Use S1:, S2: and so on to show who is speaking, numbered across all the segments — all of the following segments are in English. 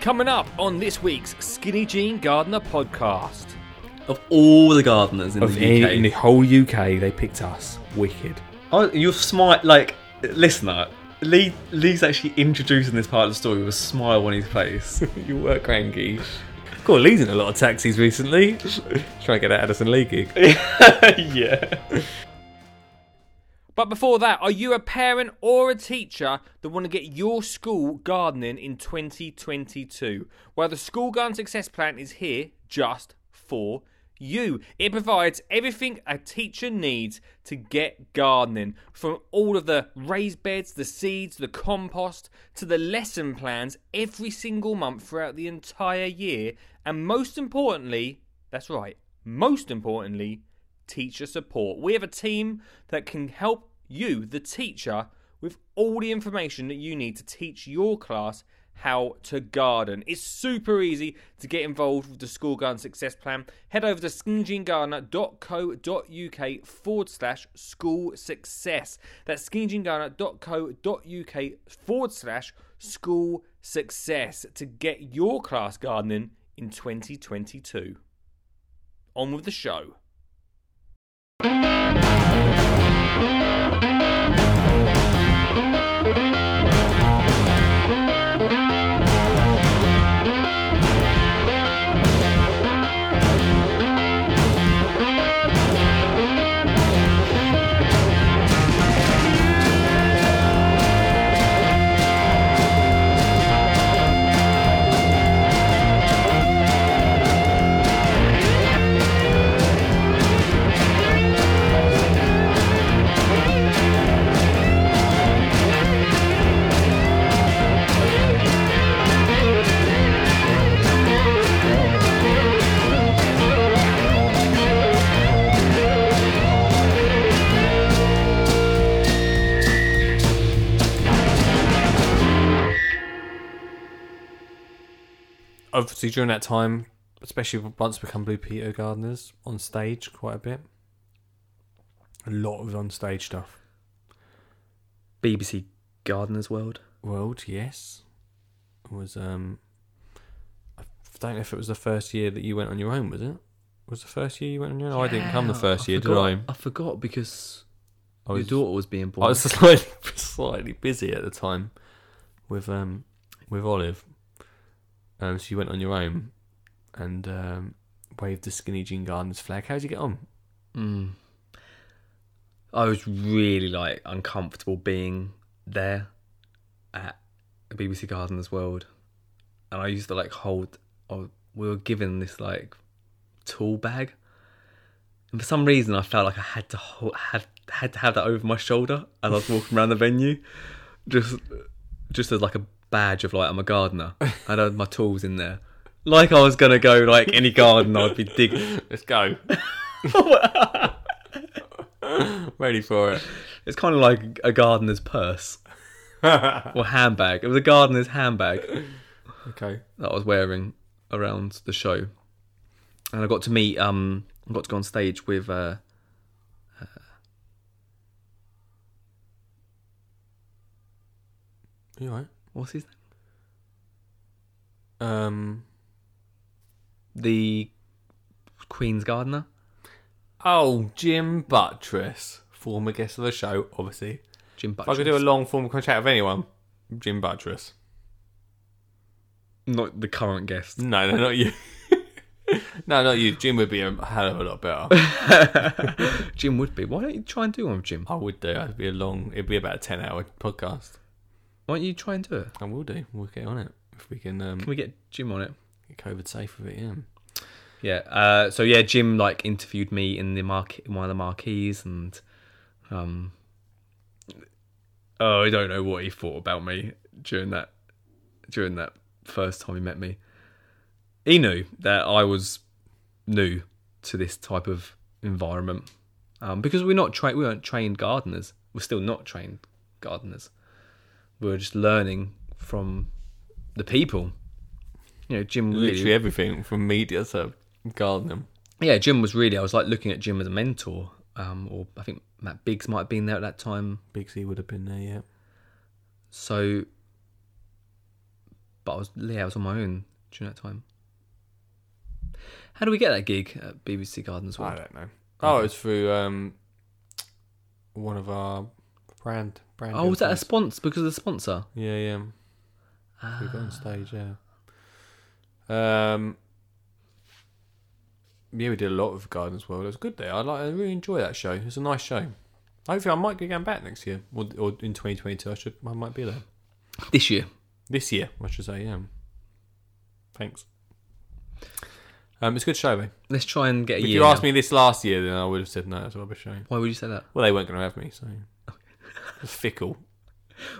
S1: Coming up on this week's Skinny Jean Gardener podcast.
S2: Of all the gardeners in
S1: Of
S2: the UK,
S1: in the whole UK, they picked us. Wicked.
S2: Oh, you're smart. Like, listener, Lee, Lee's actually introducing this part of the story with a smile on his face.
S1: you were cranky. Cool, Lee's in a lot of taxis recently. Trying to get an Addison Lee gig.
S2: yeah.
S1: But before that, are you a parent or a teacher that want to get your school gardening in 2022? Well, the School Garden Success Plan is here just for you. It provides everything a teacher needs to get gardening from all of the raised beds, the seeds, the compost, to the lesson plans every single month throughout the entire year. And most importantly, that's right, most importantly, teacher support. We have a team that can help you, the teacher, with all the information that you need to teach your class how to garden. It's super easy to get involved with the School Garden Success Plan. Head over to skinnyjeangardener.co.uk forward slash school success. That's skinnyjeangardener.co.uk forward slash school success to get your class gardening in 2022. On with the show. obviously during that time, especially once we become Blue Peter gardeners on stage quite a bit. A lot of on stage stuff.
S2: BBC Gardeners World.
S1: World, yes, was um. I don't know if it was the first year that you went on your own. Was it? Was the first year you went on your own? I didn't come the first year,
S2: forgot,
S1: did I?
S2: forgot because
S1: I was,
S2: your daughter was being born.
S1: I was slightly slightly busy at the time with um with Olive. Um, so you went on your own and um, waved the Skinny Jean Gardens flag. How did you get on?
S2: Mm. I was really like uncomfortable being there at the BBC Gardeners World, and I used to like hold. Or we were given this like tool bag, and for some reason I felt like I had to hold, had had to have that over my shoulder as I was walking around the venue, just just as like a badge of like I'm a gardener. I had my tools in there, like I was gonna go like any garden I'd be digging.
S1: Let's go. Ready for it.
S2: It's kind of like a gardener's purse or handbag. It was a gardener's handbag
S1: Okay.
S2: that I was wearing around the show, and I got to meet. Um, I got to go on stage with. Uh,
S1: You alright?
S2: what's his name?
S1: Um.
S2: The Queen's gardener.
S1: Oh, Jim Buttress, former guest of the show, obviously.
S2: Jim
S1: If I
S2: Butcher.
S1: could do a long form chat with anyone, Jim Buttress.
S2: Not the current guest.
S1: No, no, not you. no, not you. Jim would be a hell of a lot better.
S2: Jim would be. Why don't you try and do one with Jim?
S1: I would do. It'd be a long. It'd be about a ten-hour podcast.
S2: Why don't you try and do it?
S1: I will do. We'll get on it if we can um,
S2: Can we get Jim on it?
S1: get COVID safe with it. Yeah.
S2: Yeah. Uh, so yeah, Jim like interviewed me in the market, one of the marquees, and um, oh, I don't know what he thought about me during that during that first time he met me. He knew that I was new to this type of environment um, because we're not tra- we weren't trained gardeners. We're still not trained gardeners. We were just learning from the people. You know, Jim really
S1: Literally everything from media to gardening.
S2: yeah, Jim was really. I was like looking at Jim as a mentor, um, or I think Matt Biggs might have been there at that time.
S1: Big C would have been there. Yeah.
S2: So, But I was yeah, I was on my own during that time. How do we get that gig at BBC Gardens
S3: I
S2: World?
S3: don't know. Oh, it was through um, one of our brand brand.
S2: Oh, was that a
S3: influencers.
S2: sponsor? Because of the sponsor.
S3: Yeah, yeah. We
S2: Ah.
S3: got on stage, yeah. Um, yeah, we did a lot of Gardens World. It was good there. I like. I really enjoy that show. It's a nice show. Hopefully, I might be going back next year, or, or in 2022. I should. I might be there
S2: This year.
S3: this year. I should say. Yeah. Thanks. Um, it's a good show, though.
S2: Let's try and get a
S3: If
S2: year.
S3: you asked
S2: now.
S3: me this last year, then I would have said no. That's a rubbish show.
S2: why would you say that?
S3: Well, they weren't going to have me, so it's fickle.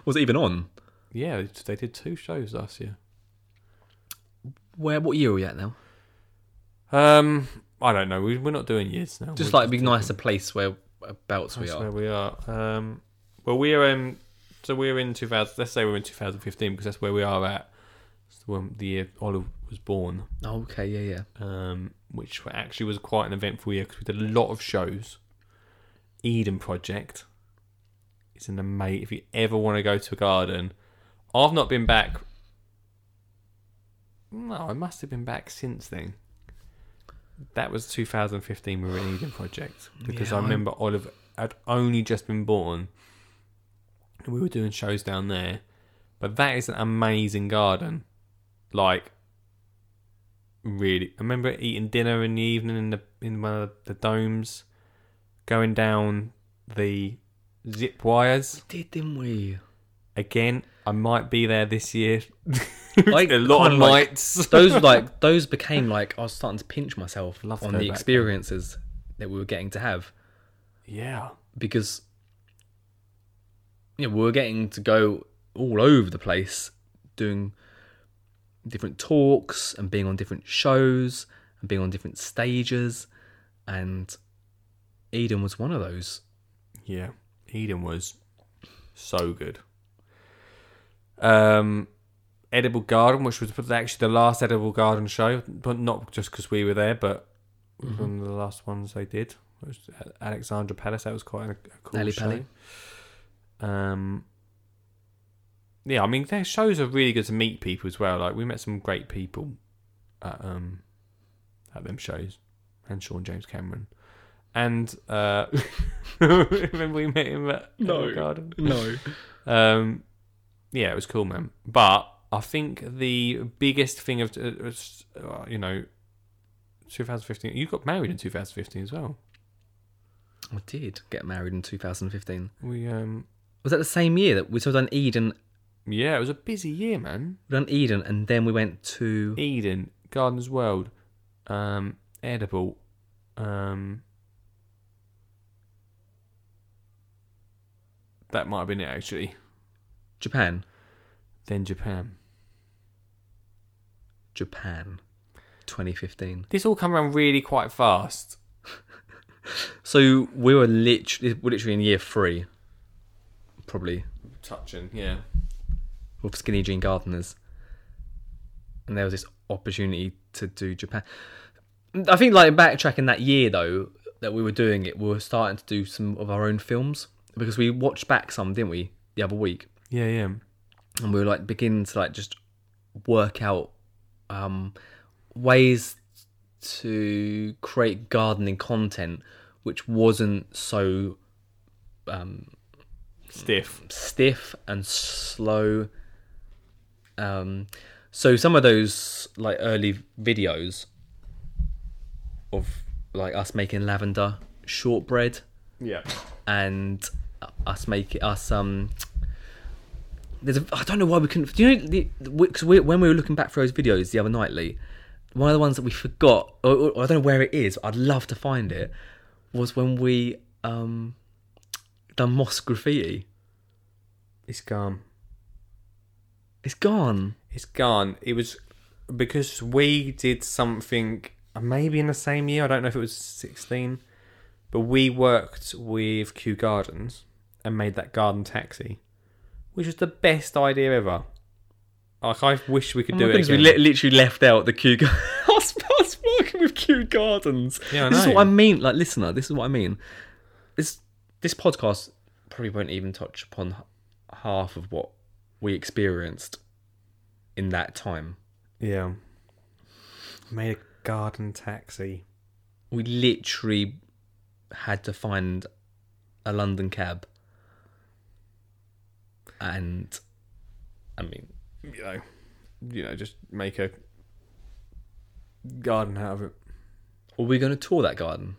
S2: Was it even on?
S3: Yeah, they- they did two shows last year.
S2: Where? What year are we at now?
S3: Um, I don't know. We, we're not doing years now.
S2: Just
S3: We're
S2: like it'd be nice a place where abouts we
S3: That's
S2: are.
S3: where we are. Um, well, we're um, so we're in 2000. Let's say we're in 2015 because that's where we are at. It's the one the year Olive was born,
S2: Oh, okay, yeah, yeah.
S3: um, which actually was quite an eventful year because we did a lot of shows. Eden Project. It's an amazing. If you ever want to go to a garden, I've not been back. No, I must have been back since then. That was 2015. We were in Eden Project because
S2: Yeah,
S3: I
S2: I'm-
S3: remember Olive had only just been born. And we were doing shows down there, but that is an amazing garden. Like, really, I remember eating dinner in the evening in the in one of the domes, going down the zip wires
S2: Did didn't we?
S3: again. I might be there this year.
S2: I
S3: a lot
S2: kinda like-
S3: of nights.
S2: Those like those became like I was starting to pinch myself
S3: Love to
S2: on
S3: go
S2: the
S3: back.
S2: experiences that we were getting to have
S3: yeah,
S2: because you know, we were getting to go all over the place doing different talks and being on different shows and being on different stages and Eden was one of those.
S3: yeah. Eden was so good. Um, Edible Garden, which was actually the last Edible Garden show, but not just because we were there, but it was one of the last ones they did. It was at Alexandra Palace. That was quite a, a cool
S2: Ali
S3: show.
S2: Pali.
S3: Um, yeah, I mean, their shows are really good to meet people as well. Like we met some great people at um at them shows, and Sean James Cameron, and uh, remember we met him at
S2: No.
S3: Elm Garden.
S2: No.
S3: Um, yeah, it was cool, man. But I think the biggest thing of uh, uh, you know, 2015. You got married in 2015 as well.
S2: I did get married in 2015.
S3: We um,
S2: Was that the same year that we sort of done Eden
S3: yeah, it was a busy year, man.
S2: We done Eden, and then we went to
S3: Eden, Gardens World, um, Edible, um, that might have been it actually.
S2: Japan.
S3: Then Japan.
S2: Japan, 2015.
S3: This all come around really quite fast.
S2: So we were literally, we're literally in year three, probably,
S3: Touching, yeah.
S2: of Skinny Jean Gardeners, and there was this opportunity to do Japan. I think, like backtracking that year though, that we were doing it, we were starting to do some of our own films because we watched back some, didn't we, the other week?
S3: Yeah, yeah.
S2: and we were like beginning to like just work out um ways to create gardening content which wasn't so
S3: Stiff.
S2: stiff and slow um so some of those like early videos of like us making lavender shortbread
S3: Yeah.
S2: and us make us um. There's a, I don't know why we couldn't. Do you know the because we, when we were looking back for those videos the other night, Lee, one of the ones that we forgot, or, or I don't know where it is. I'd love to find it. Was when we um done mosque graffiti.
S3: It's gone.
S2: It's gone.
S3: It's gone. It was because we did something uh, maybe in the same year. I don't know if it was 16, but we worked with Kew Gardens and made that garden taxi, which was the best idea ever. Like I wish we could
S2: Oh
S3: do
S2: my
S3: it.
S2: goodness,
S3: Again.
S2: we li- literally left out the Kew Gardens. I was I was working with Kew Gardens.
S3: Yeah, I
S2: this is
S3: know.
S2: what I mean. Like, listener, this is what I mean. This this podcast probably won't even touch upon h- half of what we experienced in that time.
S3: Yeah. Made a garden taxi.
S2: We literally had to find a London cab. And I mean,
S3: You know, you know, just make a garden out of it.
S2: were we going to tour that garden?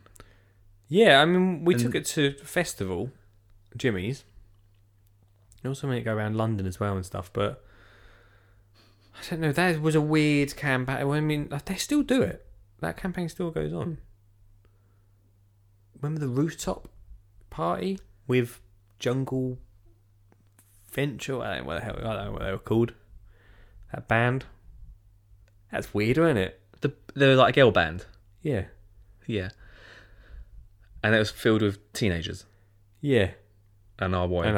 S3: Yeah, I mean, we took it to a festival, Jimmy's. And also made it go around London as well and stuff, but I don't know. That was a weird campaign. I mean, like, they still do it. That campaign still goes on. Remember the rooftop party with Jungle Venture? I don't know what the hell. I don't know what they were called. That band. That's weird, isn't it?
S2: The they were like a girl band,
S3: Yeah,
S2: yeah. And it was filled with teenagers
S3: yeah.
S2: and our wives and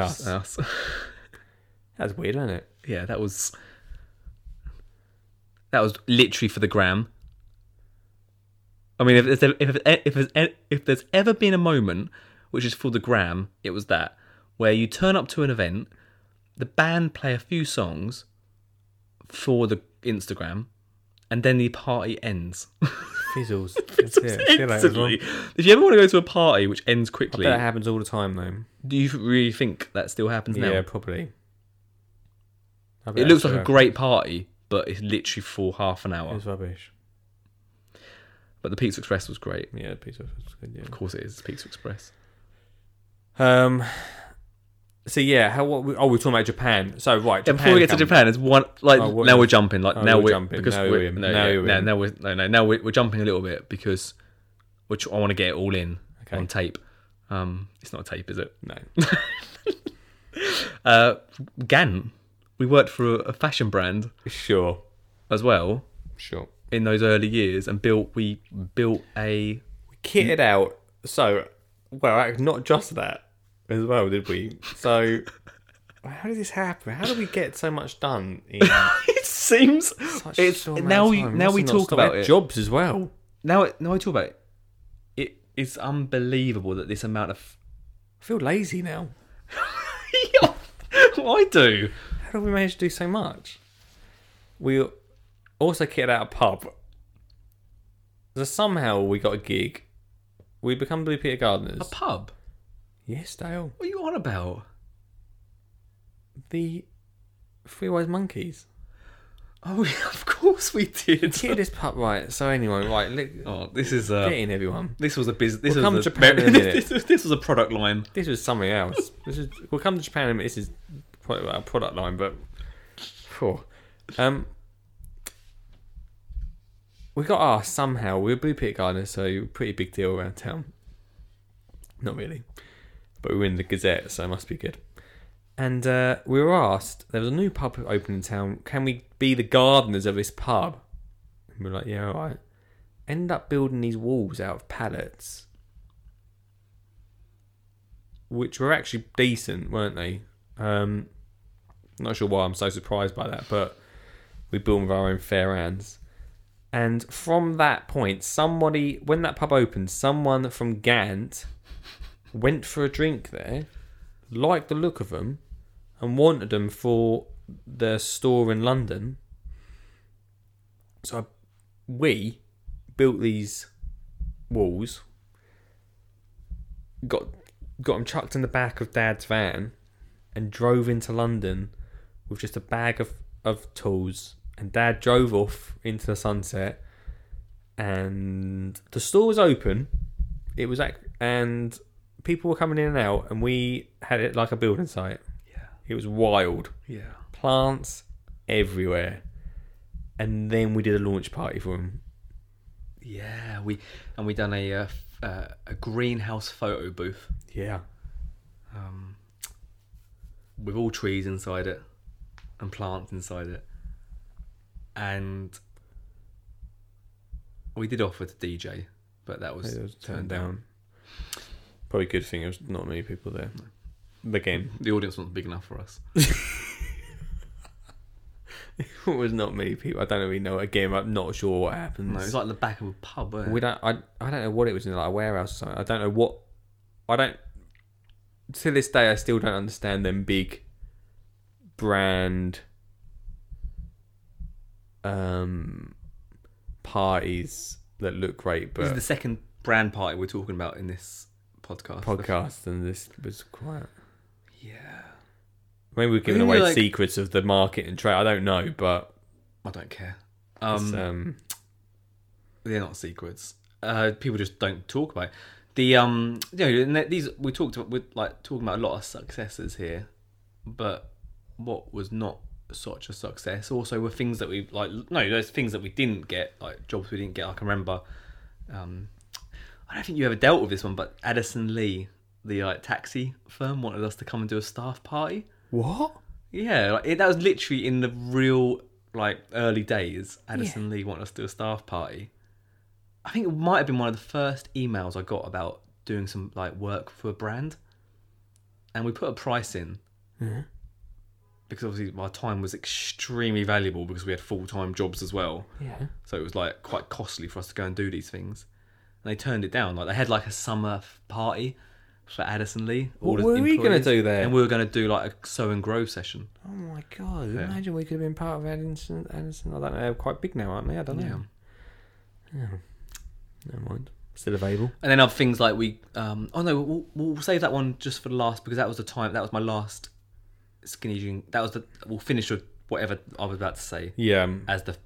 S2: us.
S3: us. That's weird, isn't it?
S2: yeah, that was that was literally for the gram. I mean, if there's if if there's, if there's ever been a moment which is for the gram, it was that where you turn up to an event, the band play a few songs for the Instagram, and then the party ends.
S3: Fizzles. That's it. See you later, everyone.
S2: Instantly. If you ever want to go to a party which ends quickly,
S3: That happens all the time, though.
S2: do you really think that still happens now?
S3: Yeah, probably. I bet
S2: it looks
S3: that's
S2: like a
S3: true.
S2: great party, but it's literally for half an hour.
S3: It's rubbish.
S2: But the Pizza Express was great.
S3: Yeah, pizza was good.
S2: Of course, it is Pizza Express.
S3: Yeah. Um. So yeah, how what? We, oh, we we're talking about Japan. So right,
S2: Yeah,
S3: Japan
S2: before we get to
S3: come-
S2: Japan, there's one like
S3: Oh, what
S2: now
S3: is-
S2: we're jumping. Like
S3: Oh,
S2: now
S3: we're
S2: we're,
S3: jumping.
S2: because
S3: Now
S2: we're,
S3: we're in.
S2: no,
S3: Now
S2: yeah,
S3: we're
S2: no,
S3: in.
S2: now we're no, no, now we're, we're jumping a little bit because which I want to get it all in
S3: Okay.
S2: on tape. Um, it's not a tape, is it?
S3: No.
S2: Uh, Gan, we worked for a, a fashion brand
S3: sure.
S2: as well
S3: Sure.
S2: in those early years, and built we built a
S3: We
S2: Mm.
S3: kitted out. So well, ac- not just that as well, did we? So how did this happen? How did we get so much done? In
S2: it seems
S3: such
S2: it's
S3: short amount
S2: now
S3: of
S2: you-
S3: time?
S2: now
S3: Must
S2: we
S3: have not
S2: talk
S3: stopped.
S2: about
S3: We had
S2: it.
S3: Jobs as well.
S2: now it- now I talk about it. It is unbelievable that this amount of
S3: I feel lazy now.
S2: what I do.
S3: How do we manage to do so much? We also kitted out a pub. So somehow we got a gig. We become Blue Peter Gardeners.
S2: A pub?
S3: yes, Dale.
S2: What are you on about?
S3: The Three Wise Monkeys.
S2: Oh, yeah, of course we did.
S3: Kitted this pub, right? So anyway, right, look,
S2: Oh, this is
S3: get
S2: a.
S3: in everyone.
S2: This was a business. This
S3: We'll come
S2: was
S3: to Japan in a minute.
S2: this, was- this was a product line.
S3: This was something else. this is we'll come to Japan. and This is quite a product line, but phew. um, we got asked somehow. We were blue pit gardeners, so pretty big deal around town. Not really, but we were in the Gazette, so it must be good. And uh, we were asked there was a new pub open in town. Can we be the gardeners of this pub? And we were like, yeah, all right. End up building these walls out of pallets which were actually decent, weren't they? Um, not sure why I'm so surprised by that, but we built with our own fair hands. And from that point, somebody, when that pub opened, someone from Gant went for a drink there, liked the look of them, and wanted them for their store in London. So we built these walls, got got them chucked in the back of Dad's van, and drove into London with just a bag of of tools. And Dad drove off into the sunset, and the store was open. It was ac and people were coming in and out, and we had it like a building site.
S2: Yeah,
S3: It was wild
S2: yeah.
S3: plants everywhere. And then we did a launch party for him.
S2: Yeah, we and we done a uh, f- uh, a greenhouse photo booth
S3: Yeah.
S2: um, with all trees inside it and plants inside it, and we did offer to DJ, but that was,
S3: It was turned down. Probably a good thing there was not many people there. The game.
S2: The audience wasn't big enough for us.
S3: it was not many people. I don't really know. Again, I'm not sure what happened.
S2: No, it was like the back of a pub. Wasn't it?
S3: we don't I, I don't know what it was in like a warehouse or something. I don't know what I don't to this day I still don't understand them big brand um, parties that look great,
S2: This is
S3: but
S2: the second brand party we're talking about in this podcast.
S3: podcast and this was quite.
S2: Yeah.
S3: Maybe we're giving
S2: Maybe,
S3: away
S2: like-
S3: secrets of the market and trade. I don't know, but
S2: I don't care.
S3: it's,
S2: Um,
S3: um,
S2: they're not secrets. Uh, people just don't talk about it. the um. You know, and that- these we talked about. We're like talking about a lot of successes here, but what was not such a success also were things that we like. No, those things that we didn't get, like jobs we didn't get. I can remember. Um, I don't think you ever dealt with this one, but Addison Lee, the like taxi firm, wanted us to come and do a staff party.
S3: what?
S2: Yeah, like, it, that was literally in the real like early days. Addison Lee wanted us to do a staff party. I think it might have been one of the first emails I got about doing some like work for a brand, and we put a price in
S3: Mm-hmm.
S2: because obviously my time was extremely valuable because we had full time jobs as well.
S3: Yeah.
S2: So it was like quite costly for us to go and do these things. And they turned it down. Like they had like a summer f- party for Addison Lee. all
S3: What
S2: the
S3: were we gonna
S2: employees,
S3: do there?
S2: And we were going to do like a sew and grow session.
S3: Oh my god! Imagine we could have been part of Anderson. Anderson. I don't know. They're quite big now, aren't they? I don't know.
S2: Yeah.
S3: Never mind. Still available.
S2: And then other things like we. Um, oh no, we'll, we'll save that one just for the last because that was the time. That was my last skinny jean. That was the. We'll finish with whatever I was about to say
S3: Yeah. um,
S2: as the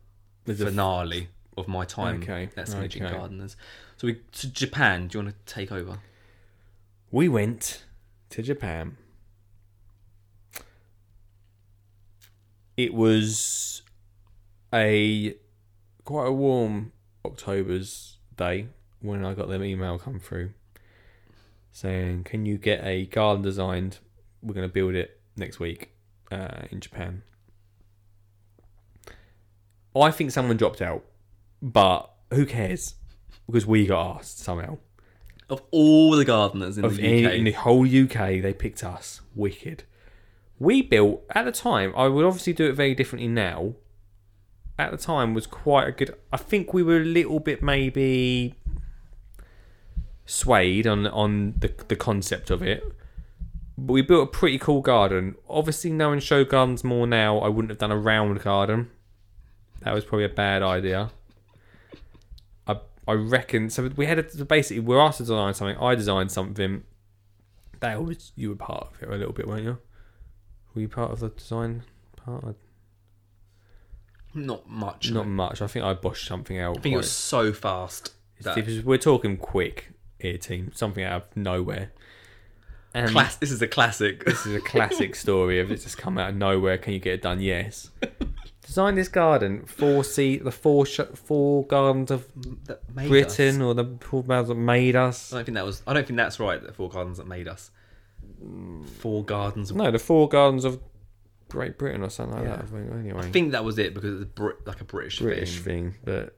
S3: There's a-
S2: finale of my time
S3: Okay,
S2: at Skinny Jean
S3: okay.
S2: Gardeners. So we to Japan. Do you want to take over?
S3: we went to Japan. It was a quite a warm October's day when I got them email come through saying, "Can you get a garden designed? We're going to build it next week uh, in Japan." I think someone dropped out, but who cares? Because we got asked somehow
S2: Of all the gardeners in
S3: of
S2: the
S3: any-
S2: UK,
S3: in the whole UK, they picked us. Wicked. We built at the time. I would obviously do it very differently now. At the time, was quite a good. I think we were a little bit maybe swayed on on the the concept of it. But we built a pretty cool garden. Obviously, knowing show gardens more now, I wouldn't have done a round garden. That was probably a bad idea. I I reckon so. We had a, so basically we were asked to design something. I designed something. That was you were part of it a little bit, weren't you? Were you part of the design part? I-
S2: not much.
S3: Not much. I think I boshed something out.
S2: I think it was so fast. That
S3: It was- we're talking quick here, team. Something out of nowhere. And
S2: class, this is a classic.
S3: this is a classic story of it's just come out of nowhere. Can you get it done? Yes. Design this garden. Four seat. The four sh- four gardens of
S2: that made
S3: Britain
S2: us.
S3: or the four gardens that made us.
S2: I don't think that was. I don't think that's right. The four gardens that made us.
S3: Mm.
S2: Four gardens. of-
S3: No, the Four Gardens of Great Britain or something like
S2: Yeah.
S3: that. I think, Anyway,
S2: I think that was it because it's Brit, like a British,
S3: British
S2: thing.
S3: thing, but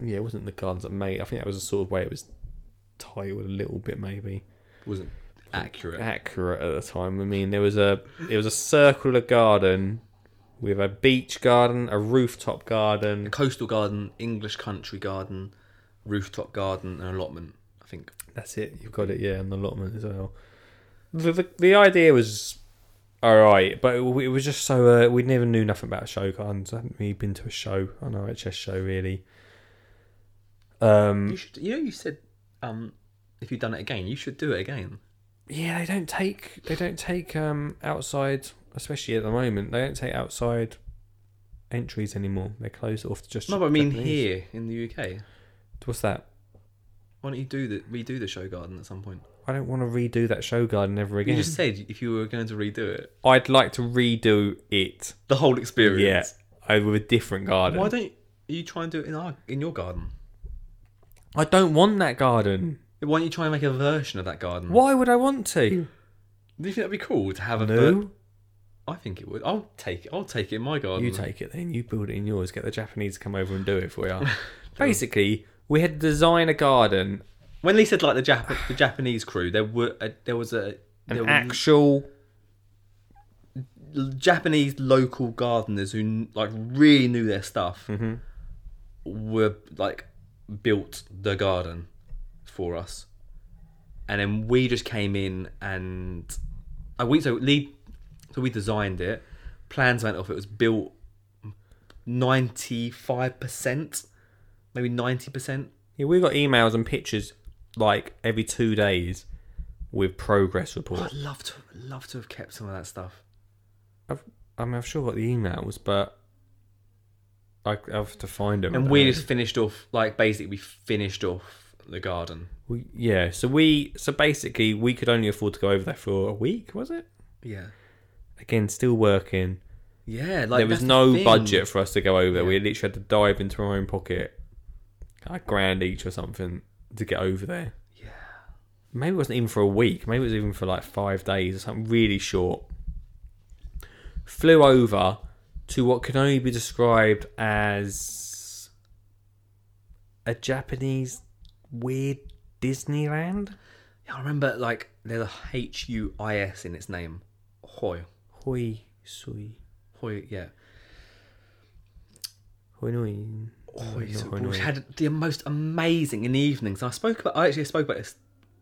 S3: yeah, it wasn't the gardens that made. I think that was the sort of way it was titled a little bit, maybe
S2: wasn't accurate.
S3: Uh, accurate at the time. I mean, there was a it was a circular garden with a beach garden, a rooftop garden.
S2: Coastal garden, English country garden, rooftop garden, and allotment. I think.
S3: That's it. You've got it. Yeah, and the allotment as well. The the, the idea was. All right, but it w- it was just so uh, we never knew nothing about show gardens. I hadn't really been to a show, an RHS show, really. Um,
S2: You should. You know, you said um, if you'd done it again, you should do it again.
S3: yeah they don't take they don't take um outside especially at the moment they don't take outside entries anymore they close it off to just
S2: No, but I mean
S3: Japanese.
S2: here in the UK.
S3: what's that
S2: Why don't you do the redo the show garden at some point?
S3: i don't want to redo that show garden ever
S2: You
S3: again
S2: just said if you were going to redo it,
S3: i'd like to redo it
S2: the whole experience.
S3: yeah uh, with a different garden
S2: Why don't you try and do it in our in your garden?
S3: i don't want that garden
S2: Why don't you try and make a version of that garden?
S3: why would i want to
S2: Do you think that'd be cool to have a? ver-
S3: no
S2: I think it would. I'll take. I'll take it in my garden.
S3: you take it then you build it in yours get the japanese to come over and do it for you basically we had to design a garden
S2: When Lee said like the Jap- the Japanese crew, there were a, there was a there
S3: an
S2: were
S3: actual
S2: l- Japanese local gardeners who kn- like really knew their stuff were like built the garden for us, and then we just came in and uh, I we so Lee so we designed it, plans went off. It was built 95%, maybe 90%.
S3: Yeah, we got emails and pictures like every two days with progress
S2: I'd
S3: reports.
S2: love to love to have kept some of that stuff.
S3: I've, I mean, I've sure got the emails, but I, I have to find them.
S2: And we just finished off, like, basically, we finished off the garden.
S3: We- yeah. So we so basically we could only afford to go over there for a week, was it?
S2: Yeah.
S3: Again, still working.
S2: Yeah, like
S3: there was
S2: that's the
S3: no
S2: thing.
S3: budget for us to go over there. We literally had to dive into our own pocket, a grand each or something, to get over there.
S2: Yeah.
S3: Maybe it wasn't even for a week. Maybe it was even for like five days or something really short. Flew over to what can only be described as a Japanese weird Disneyland.
S2: Yeah, I remember like there's a H U I S in its name. Hoi.
S3: Hoi sui.
S2: Hoi, yeah.
S3: Hoi noi.
S2: Hoi.
S3: no,
S2: so
S3: hoi
S2: we
S3: noi.
S2: had the most amazing in the evenings. And I spoke about I actually spoke about this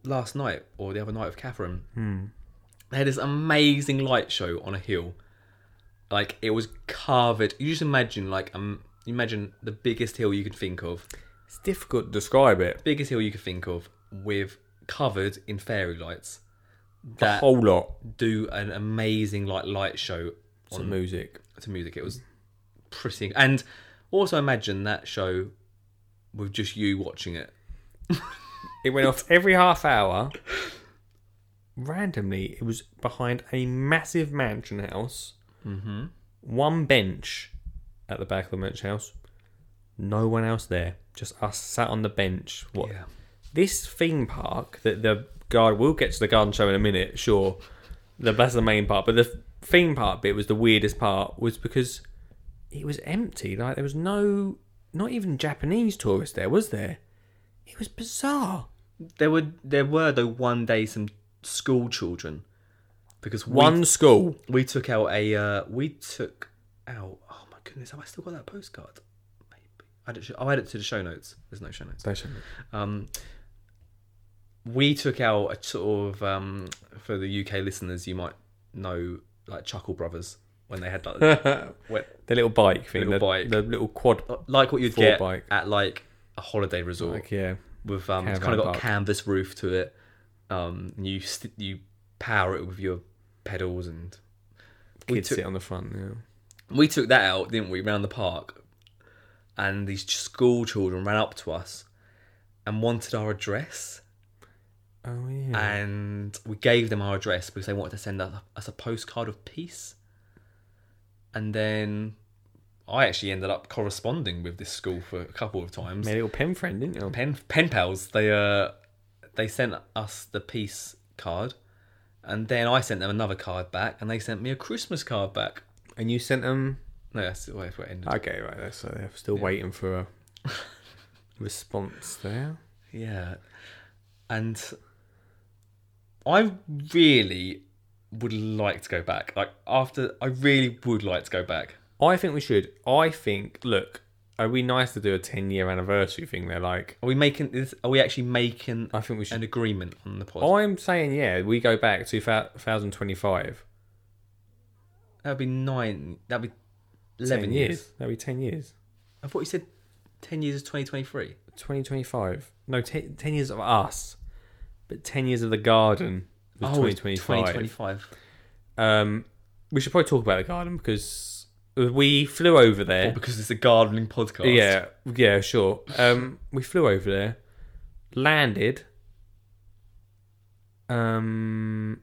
S2: last night or the other night with Catherine. They had this amazing light show on a hill. Like it was covered. You just imagine like um imagine the biggest hill you could think of.
S3: It's difficult to describe it.
S2: Biggest hill you could think of with covered in fairy lights.
S3: A whole lot.
S2: do an amazing like light show
S3: Some music.
S2: to music. It was pretty, and also imagine that show with just you watching it.
S3: It went off every half hour. Randomly, it was behind a massive mansion house. Mm-hmm. One bench at the back of the mansion house. No one else there. Just us sat on the bench. What?
S2: Yeah.
S3: This theme park that the guard will get to the garden show in a minute. Sure, the, that's the main part. But the theme park bit was the weirdest part. Was because it was empty. Like there was no, not even Japanese tourists there. Was there? It was bizarre.
S2: There were there were though one day some school children because we,
S3: One school.
S2: we took out a uh, we took out oh my goodness have I still got that postcard? Maybe I don't, I'll add it to the show notes. There's no show notes. Um, we took out a sort of um, for the UK listeners, you might know like Chuckle Brothers when they had like
S3: the
S2: when,
S3: little bike Oh. thing.
S2: Little
S3: the,
S2: bike.
S3: the little quad.
S2: like what you'd
S3: Full
S2: get
S3: bike.
S2: at like a holiday resort
S3: Like, yeah.
S2: with um, it's
S3: caravan
S2: kind of got a
S3: park.
S2: canvas roof to it. Um, and you st- you power it with your pedals and
S3: Kids
S2: took-
S3: sit on the front. Yeah.
S2: We took that out, didn't we, round the park? And these ch- school children ran up to us and wanted our address.
S3: Oh yeah.
S2: and we gave them our address because they wanted to send us us a postcard of peace. And then I actually ended up corresponding with this school for a couple of times.
S3: Made a little pen friend, didn't you?
S2: Pen pen pals. They uh they sent us the peace card, and then I sent them another card back, and they sent me a Christmas card back.
S3: And you sent them.
S2: No, that's the way it ended.
S3: Okay, right. That's, so they're still waiting for a response there.
S2: Yeah, and I really would like to go back. Like after, I really would like to go back.
S3: I think we should. I think. Look, it'd be nice to do a ten-year anniversary thing. There, like.
S2: Are we making this? Are we actually making
S3: I Oh. think we should.
S2: an agreement on the pod?
S3: I'm saying, yeah, we go back to 2025.
S2: That'd be nine. That'd be eleven
S3: 10
S2: years.
S3: That'll be 10 years.
S2: I thought you said ten years is twenty twenty three.
S3: 2025. No, te- 10 years of us, but 10 years of the garden was
S2: Oh,
S3: 2025. Um, we should probably talk about the garden because we flew over there.
S2: because it's a gardening podcast.
S3: yeah, yeah, sure. Um, we flew over there, landed. Um,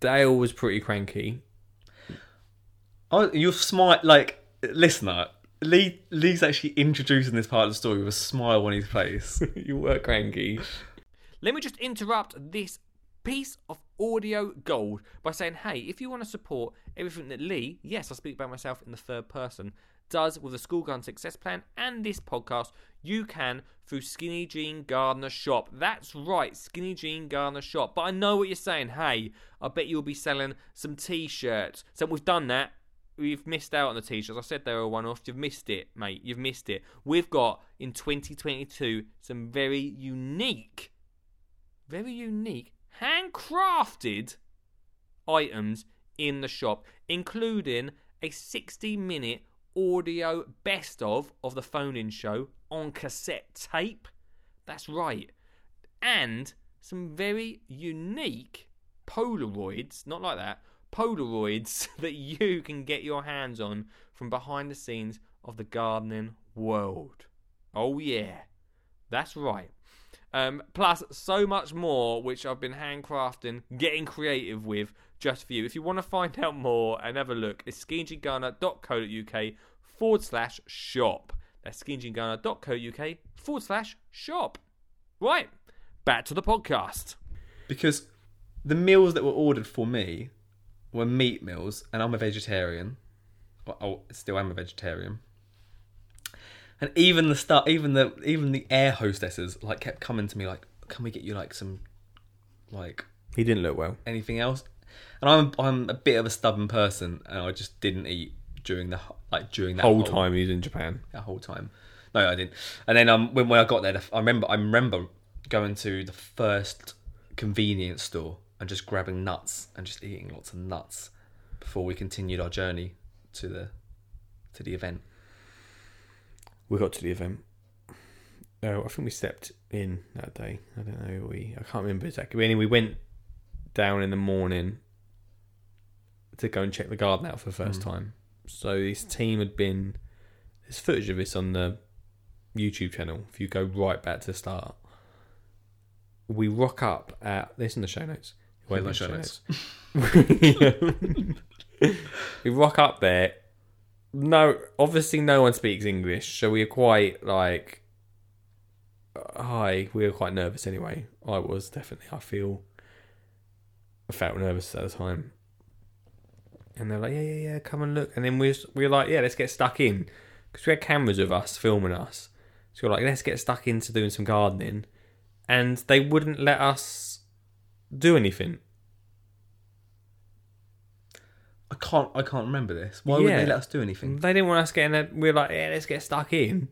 S3: Dale was pretty cranky.
S2: Oh, you're smart. Like listener, Lee. Lee's actually introducing this part of the story with a smile on his face.
S3: you were cranky.
S1: Let me just interrupt this piece of audio gold by saying, hey, if you want to support everything that Lee, yes, I speak about myself in the third person, does with the School Gun Success Plan and this podcast, you can through Skinny Jean Gardner Shop. That's right, Skinny Jean Gardner Shop. But I know what you're saying. Hey, I bet you'll be selling some t shirts. So we've done that you've missed out on the t-shirts. I said they were a one-off. You've missed it, mate. You've missed it. We've got in 2022 some very unique, very unique handcrafted items in the shop, including a 60 minute audio best of of the phone in show on cassette tape. That's right. And some very unique Polaroids, not like that, Polaroids that you can get your hands on from behind the scenes of the gardening world. Oh, yeah. That's right. Um, plus, so much more, which I've been handcrafting, getting creative with just for you. If you want to find out more and have a look, it's skinjigana.co.uk forward slash shop. That's skinjigana.co.uk forward slash shop. Right, back to the podcast.
S2: because the meals that were ordered for me were meat meals, and I'm a vegetarian. Well, I still am a vegetarian. And even the stuff, even the even the air hostesses like kept coming to me like, "Can we get you like some, like
S3: He didn't look well.
S2: anything else?" And I'm I'm a bit of a stubborn person, and I just didn't eat during the ho- like during that
S3: Whole time he was in Japan.
S2: the whole time. No, I didn't. And then um, when, when I got there, the f- I remember I remember going to the first convenience store and just grabbing nuts and just eating lots of nuts before we continued our journey to the to the event.
S3: We got to the event. Oh, I think we stepped in that day. I don't know. We I can't remember exactly. Anyway, we went down in the morning to go and check the garden out for the first time. So this team had been. There's footage of this on the YouTube channel. If you go right back to the start, we rock up at this in the show notes. It won't
S2: In
S3: be
S2: the show notes.
S3: notes. we rock up there. No, obviously no one speaks English, so we are quite like. uh, Hi, we were quite nervous anyway. I was definitely. I feel. I felt nervous at the time. And they're like, yeah, yeah, yeah, come and look. And then we we were like, yeah, let's get stuck in. Because we had cameras of us filming us. So we we're like, let's get stuck into doing some gardening. And they wouldn't let us do anything.
S2: I can't I can't remember this. Why would
S3: Yeah.
S2: they let us do anything?
S3: They didn't want us getting that. We are like, yeah, let's get stuck in.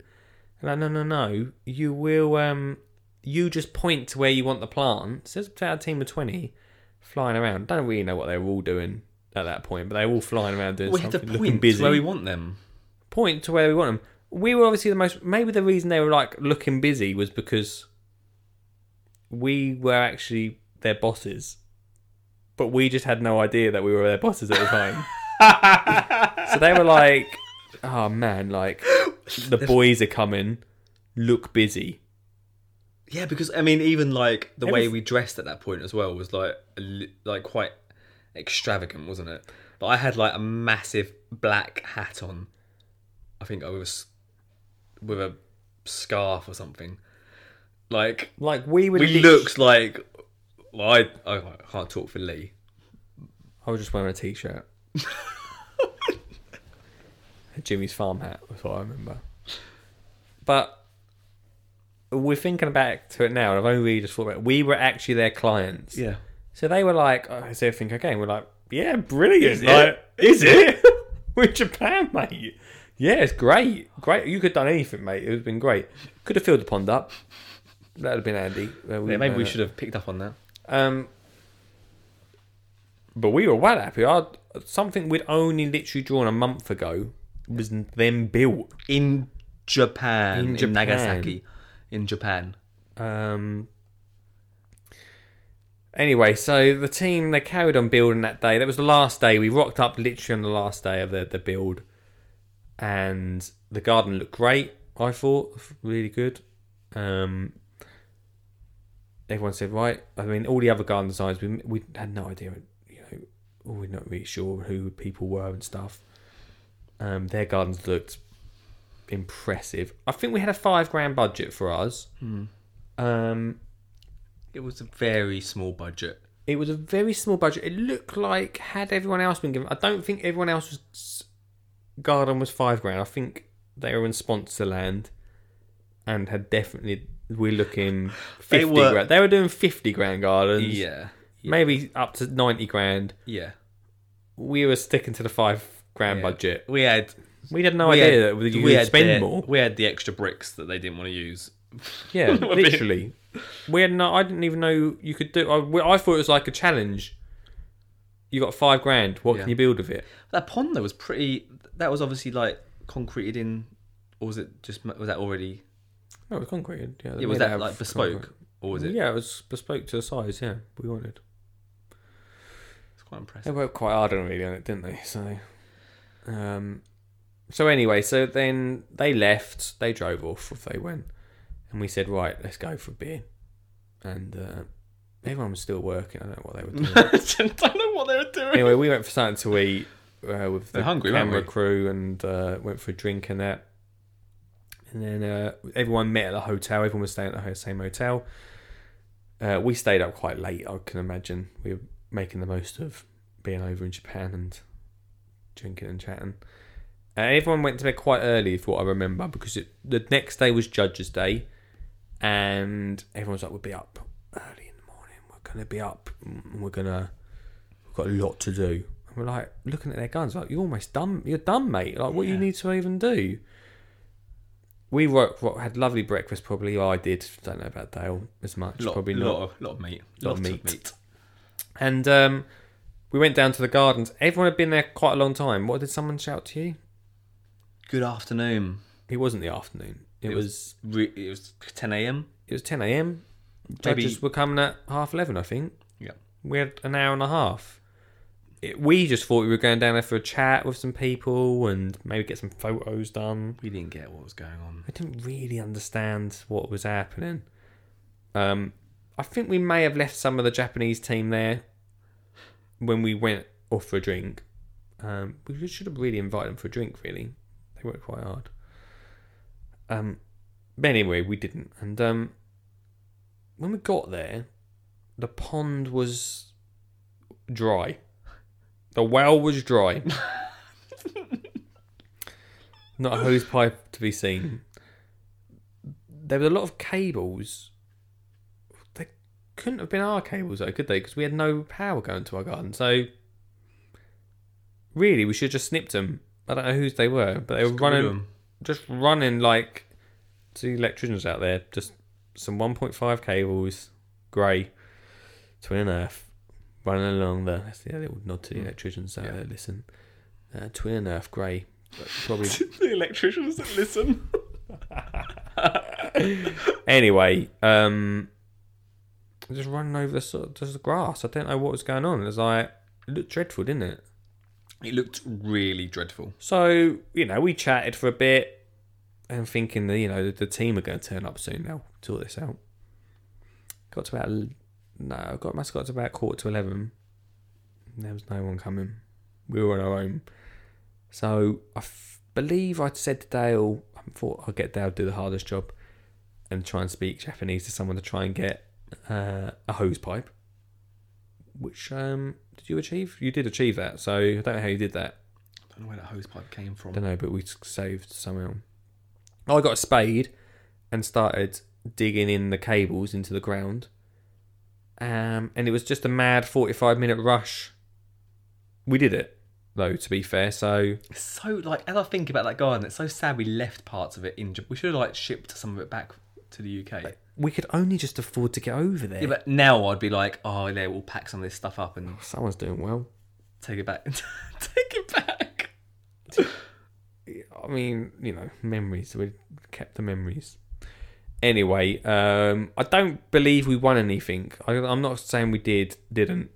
S3: And like, no, no, no. You will. Um, you just point to where you want the plant. So it's about a team of twenty flying around. Don't really know what they were all doing at that point, but they were all flying around doing
S2: We had to
S3: something,
S2: point
S3: looking
S2: to
S3: busy.
S2: where we want them.
S3: Point to where we want them. We were obviously the most. Maybe the reason they were like looking busy was because we were actually their bosses, but we just had no idea that we were their bosses at the time. so they were like, "Oh man, like the boys are coming. Look busy."
S2: Yeah, because I mean, even like the way
S3: Everyth-
S2: we dressed at that point as well was like a li- like quite extravagant, wasn't it? But I had like a massive black hat on. I think I was with a scarf or something. Like
S3: Like we were.
S2: we
S3: lit-
S2: looked like well, I I can't talk for Lee.
S3: I was just wearing a t-shirt. Jimmy's farm hat was what I remember. But we're thinking back to it now, and I've only really just thought about it. We were actually their clients.
S2: Yeah,
S3: So they were like, oh, is everything okay? And we're like, yeah, brilliant.
S2: Is it?
S3: like, is it? we're in Japan, mate. Yeah, it's great. Great. You could have done anything, mate. It would have been great. Could have filled the pond up. That would have been handy. Uh,
S2: yeah. Maybe we
S3: uh,
S2: should have picked up on that.
S3: um, but we were well happy. i something we'd only literally drawn a month ago was then built.
S2: In Japan, in,
S3: Japan.
S2: Nagasaki, in Japan.
S3: Um, anyway, so the team they carried on building that day. That was the last day. We rocked up literally on the last day of the, the build, and the garden looked great. I thought really good. Um, everyone said right. I mean, all the other garden designs we we had no idea. You know, or we're not really sure who people were and stuff. Um, their gardens looked impressive. I think we had a five grand budget for ours. Um,
S2: It was a very small budget.
S3: it was a very small budget. It looked like had everyone else been given. I don't think everyone else's garden was five grand. I think they were in sponsor land, and had definitely we're looking fifty.
S2: were-
S3: grand. they were doing fifty grand gardens.
S2: Yeah,
S3: maybe up to ninety grand.
S2: yeah.
S3: We were sticking to the five grand
S2: yeah.
S3: budget.
S2: We had
S3: We had no
S2: we
S3: idea
S2: had-
S3: that you
S2: we
S3: could
S2: had
S3: spend
S2: the-
S3: more.
S2: We had the extra bricks that they didn't want to use.
S3: Yeah,
S2: bit-
S3: literally. We had no. I didn't even know you could do. I, we- I thought it was like a challenge. You got five grand. What can
S2: Yeah.
S3: you build with it?
S2: That pond though was pretty. That was obviously like concreted in, or was it just was that already?
S3: No, it was concrete. Yeah, they
S2: Yeah, was
S3: made it
S2: that
S3: out
S2: like
S3: of
S2: bespoke,
S3: concrete.
S2: or was it?
S3: Yeah, it was bespoke to the size. Yeah, we wanted.
S2: It's quite
S3: They
S2: impressive.
S3: worked quite hard on really on it, didn't they? So, um, so anyway, so then they left. They drove off. If they went, and we said, right, let's go for a beer. And uh, everyone was still working. I don't know what they were doing.
S2: don't know what they were doing.
S3: anyway, we went for something to eat uh, with the
S2: They're hungry, weren't
S3: camera
S2: we?
S3: crew and uh, went for a drink and that. And then uh, everyone met at the hotel. Everyone was staying at the same hotel. Uh, we stayed up quite late, I can imagine. We were making the most of being over in Japan and drinking and chatting. Uh, everyone went to bed quite early, if what I remember, because it, the next day was Judges' Day, and everyone was like, "We'll be up early in the morning. We're gonna be up. and We're gonna we've got a lot to do." And we're like looking at their guns, like, "You're almost done. You're done, mate. Like, what do you
S2: Yeah.
S3: need to even do?" We worked, what, had lovely breakfast. Probably I did. Don't know about Dale as much.
S2: Lot,
S3: probably
S2: probably
S3: not.
S2: lot of lot of meat.
S3: Lot of
S2: Lot
S3: meat. And um, we went down to the gardens. Everyone had been there quite a long time. What did someone shout to you?
S2: Good afternoon.
S3: It wasn't the afternoon. It,
S2: It
S3: was,
S2: was re- it was 10 a.m.
S3: it was ten a.m.
S2: Maybe-
S3: Judges were coming at half eleven, I think.
S2: Yeah.
S3: We had an hour and a half. It, we just thought we were going down there for a chat with some people and maybe get some photos done.
S2: We didn't get what was going on.
S3: I didn't really understand what was happening. Um, I think we may have left some of the Japanese team there when we went off for a drink. Um, we just should have really invited them for a drink. Really, they worked quite hard. Um, but anyway, we didn't. And um, when we got there, the pond was dry. The well was dry. Not a hose pipe to be seen. There were a lot of cables. They couldn't have been our cables, though, could they? Because we had no power going to our garden. So, really, we should have just snipped them. I don't know whose they were, but they were
S2: Screw
S3: running
S2: them.
S3: just running like two electricians out there, just some 1.5 cables, grey, twin and earth, running along the. That's the little nod to the electricians out
S2: Yeah.
S3: there. Listen, uh, twin and earth, grey, probably.
S2: the electricians that listen.
S3: anyway, um, just running over the sort of- just the grass. I don't know what was going on. It was like it looked dreadful, didn't it?
S2: It looked really dreadful.
S3: So you know, we chatted for a bit, and thinking that you know the, the team are going to turn up soon. Now sort this out. Got to about l- no, I got must have got to about quarter to eleven. and There was no one coming. We were on our own. So I f- believe I said to Dale, I thought I'll get Dale to do the hardest job, and try and speak Japanese to someone to try and get uh, a hose pipe. Which um, did you achieve? You did achieve that. So I don't know how you did that.
S2: I don't know where that hose pipe came from.
S3: Don't know, but we s- saved somehow. Oh, I got a spade and started digging in the cables into the ground. Um, and it was just a mad 45 minute rush. We did it, though, to be fair. So,
S2: It's so like as I think about that garden, it's so sad we left parts of it in. Jap- We should have like shipped some of it back to the UK.
S3: we could only just afford to get over there.
S2: yeah, but now I'd be like, oh yeah, we'll pack some of this stuff up and
S3: Someone's doing well.
S2: take it back. take it back.
S3: I mean, you know, memories. We kept the memories. Anyway, um, I don't believe we won anything. I, I'm not saying we did, didn't.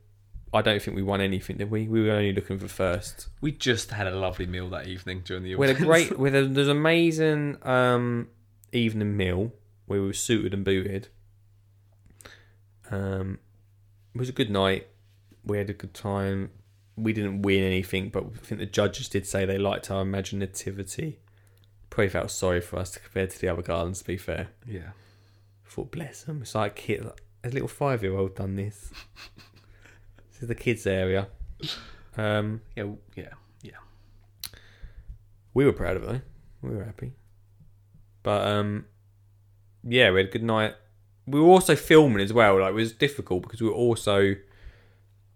S3: I don't think we won anything, did we? We were only looking for first.
S2: We just had a lovely meal that evening during the.
S3: We had a
S2: audience.
S3: great, with a, there's amazing um, evening meal where we were suited and booted. Um, it was a good night. We had a good time. We didn't win anything, but I think the judges did say they liked our imaginativity. Probably felt sorry for us compared to the other gardens. To be fair,
S2: yeah.
S3: thought bless them. It's like kid, a little five year old done this. this is the kids area. Um,
S2: Yeah. w- Yeah.
S3: We were proud of it. though. We were happy. But um, yeah, we had a good night. We were also filming as well. Like it was difficult because we were also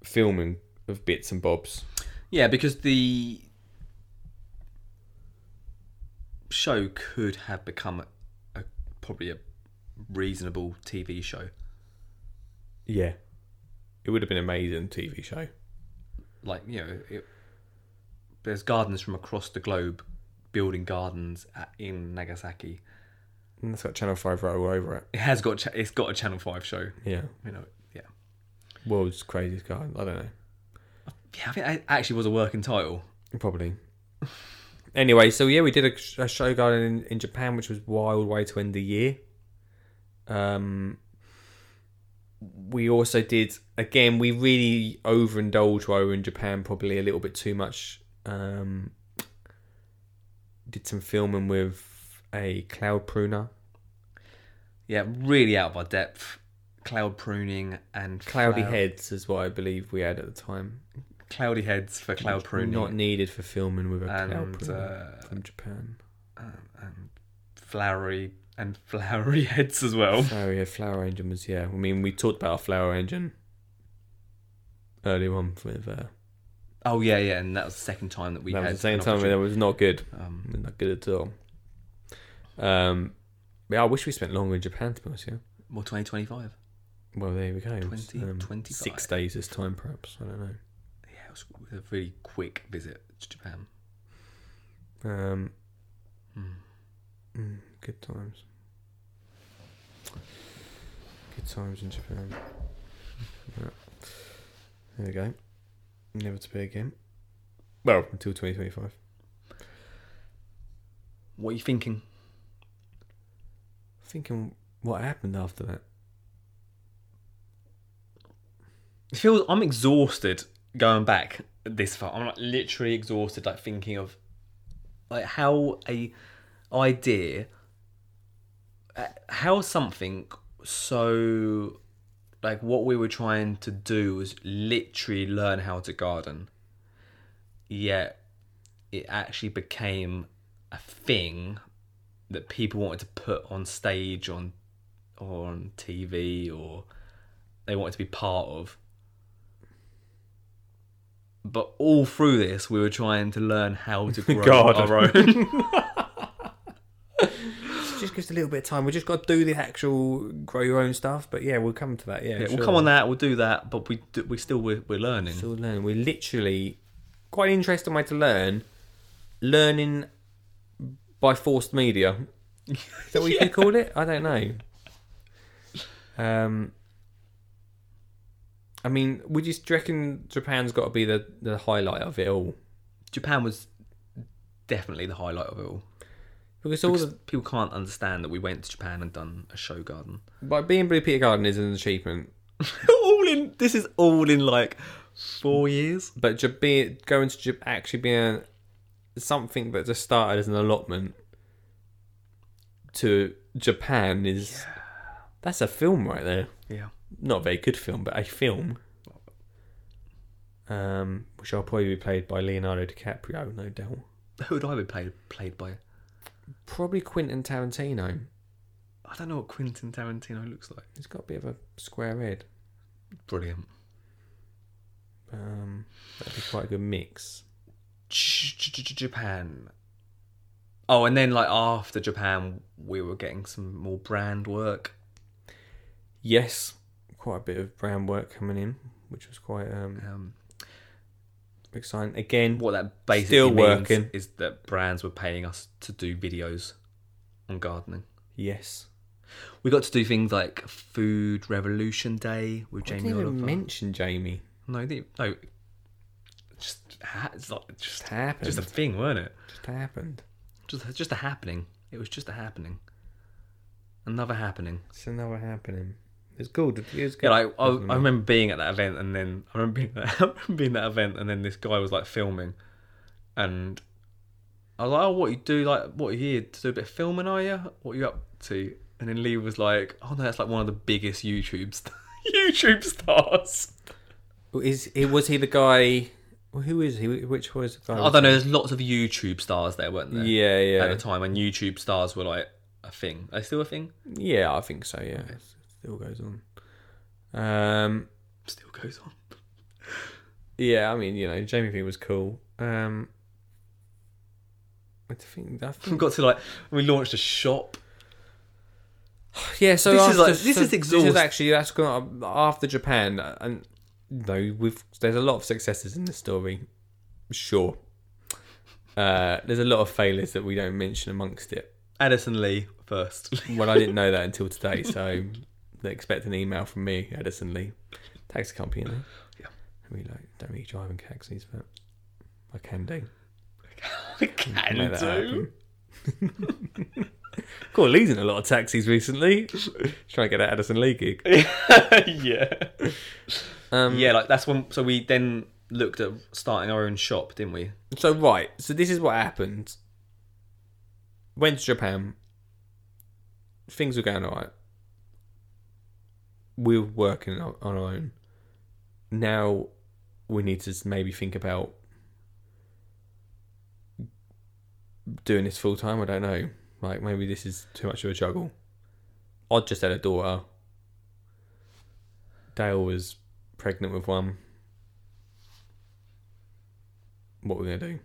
S3: filming of bits and bobs.
S2: Yeah, because the show could have become a, a probably a reasonable TV show.
S3: Yeah, it would have been an amazing TV show.
S2: like you know, it, there's gardeners from across the globe building gardens at, in Nagasaki.
S3: And that's got Channel 5 right all over it.
S2: It has got cha- it's got a Channel Five show.
S3: Yeah.
S2: You know, yeah,
S3: World's craziest garden. I don't know.
S2: yeah. I think that actually was a working title.
S3: Probably. anyway, so yeah, we did a, sh- a show garden in, in Japan, which was wild way to end the year. Um, we also did again. We really overindulged while we were in Japan, probably a little bit too much. Um, did some filming with a cloud pruner,
S2: Yeah, really out of our depth. Cloud pruning and
S3: cloudy
S2: cloud-
S3: heads is what I believe we had at the time.
S2: cloudy heads for cloud pruning,
S3: not needed for filming with a cloud
S2: and
S3: pruner
S2: uh,
S3: from Japan.
S2: and flowery and flowery heads as well.
S3: Oh yeah, flower engine was yeah. I mean, we talked about our flower engine earlier on with. Uh,
S2: Oh yeah, yeah, and that was the second time that we
S3: that
S2: had
S3: was the same
S2: an
S3: time. That
S2: opportunity-
S3: was not good.
S2: Um,
S3: Not good at all. Um, yeah, I wish we spent longer in Japan to be honest. Yeah.
S2: well, 2025.
S3: Well, there we go. It was, um,
S2: 20, 25.
S3: six days this time, perhaps. I don't know.
S2: Yeah, it was a really quick visit to Japan.
S3: Um,
S2: Mm.
S3: mm, good times. Good times in Japan. Right. There we go. Never to be again. Well, until twenty twenty five.
S2: What are you thinking?
S3: thinking what happened after that.
S2: It feels I'm exhausted going back this far. I'm like literally exhausted, like thinking of like how a idea, uh, how something so like what we were trying to do was literally learn how to garden. Yet it actually became a thing that people wanted to put on stage on or on TV or they wanted to be part of but all through this we were trying to learn how to grow
S3: Garden.
S2: our own
S3: Just gives a little bit of time. We just got to do the actual grow your own stuff. But yeah, we'll come to that.
S2: Yeah,
S3: Yeah, sure.
S2: we'll come on that. We'll do that, but we do, we still we're, we're learning.
S3: Still learn. We're literally quite an interesting way to learn. Learning by forced media. Is that what you could call it? I don't know. Um, I mean, would you do you reckon Japan's got to be the, the highlight of it all?
S2: Japan was definitely the highlight of it all.
S3: Because all
S2: Because
S3: the,
S2: people can't understand that we went to Japan and done a show garden.
S3: like being Blue Peter Garden is an achievement.
S2: all in this is all in like four years.
S3: but to be going to Jap- actually being something that just started as an allotment to Japan is that's a film right there.
S2: Yeah,
S3: Not a very good film, but a film. Um, which I'll probably be played by Leonardo DiCaprio, no doubt.
S2: who would I be played played by?
S3: Probably Quentin Tarantino.
S2: I don't know what Quentin Tarantino looks like.
S3: He's got a bit of a square head.
S2: Brilliant.
S3: Um, that'd be quite a good mix.
S2: J- J- J- Japan. Oh, and then like after Japan, we were getting some more brand work.
S3: Yes, quite a bit of brand work coming in, which was quite um,
S2: Um,
S3: exciting. Again,
S2: what that basically
S3: Still
S2: means
S3: working.
S2: is that brands were paying us to do videos on gardening.
S3: yes.
S2: We got to do things like Food Revolution Day with
S3: I
S2: Jamie
S3: didn't
S2: Oliver.
S3: even mention Jamie.
S2: no, they, no, just ha- it's like just
S3: Just happened.
S2: just a thing, weren't it?
S3: Just happened.
S2: Just just a happening. It was just a happening. Another happening.
S3: It's another happening. It's good. It's good.
S2: Yeah, like I, I remember being at that event, and then I remember being, at that, I remember being at that event, and then this guy was like filming, and I was like, "Oh, what you do? Like, what are you here to do a bit of filming? Are you? What are you up to?" And then Lee was like, "Oh no, that's like one of the biggest YouTube st- YouTube stars."
S3: is he, was he the guy? well, Who is he? Which was the guy?
S2: I don't know. There's lots of YouTube stars there, weren't there?
S3: Yeah,
S2: At
S3: yeah,
S2: the time, and YouTube stars were like a thing. Are they still a thing?
S3: yeah. I think so. Yeah, still goes on. Um,
S2: Still goes on.
S3: yeah. I mean, you know, Jamie thing was cool. Um, I think I
S2: We
S3: think
S2: got to like we launched a shop.
S3: yeah. So
S2: This is
S3: after-
S2: like- this
S3: so
S2: is exhaust.
S3: actually that's gone after Japan, and though we've there's a lot of successes in the story, sure. Uh, there's a lot of failures that we don't mention amongst it.
S2: Addison Lee first.
S3: Well, I didn't know that until today, so they expect an email from me, Edison Lee, taxi company. Isn't it?
S2: Yeah.
S3: I mean, like, don't really drive in taxis, but I can do.
S2: Can
S3: Make that happen. Cool, Lee's in a lot of taxis recently. Trying to get that Addison Lee gig.
S2: yeah.
S3: Um,
S2: Yeah, like that's when. So we then looked at starting our own shop, didn't we?
S3: So right, so this is what happened. Went to Japan. Things were going alright. We were working on on our own. Now we need to maybe think about doing this full time. I don't know. Like maybe this is too much of a juggle. I just had a daughter. Dale was pregnant with one. What we're gonna do?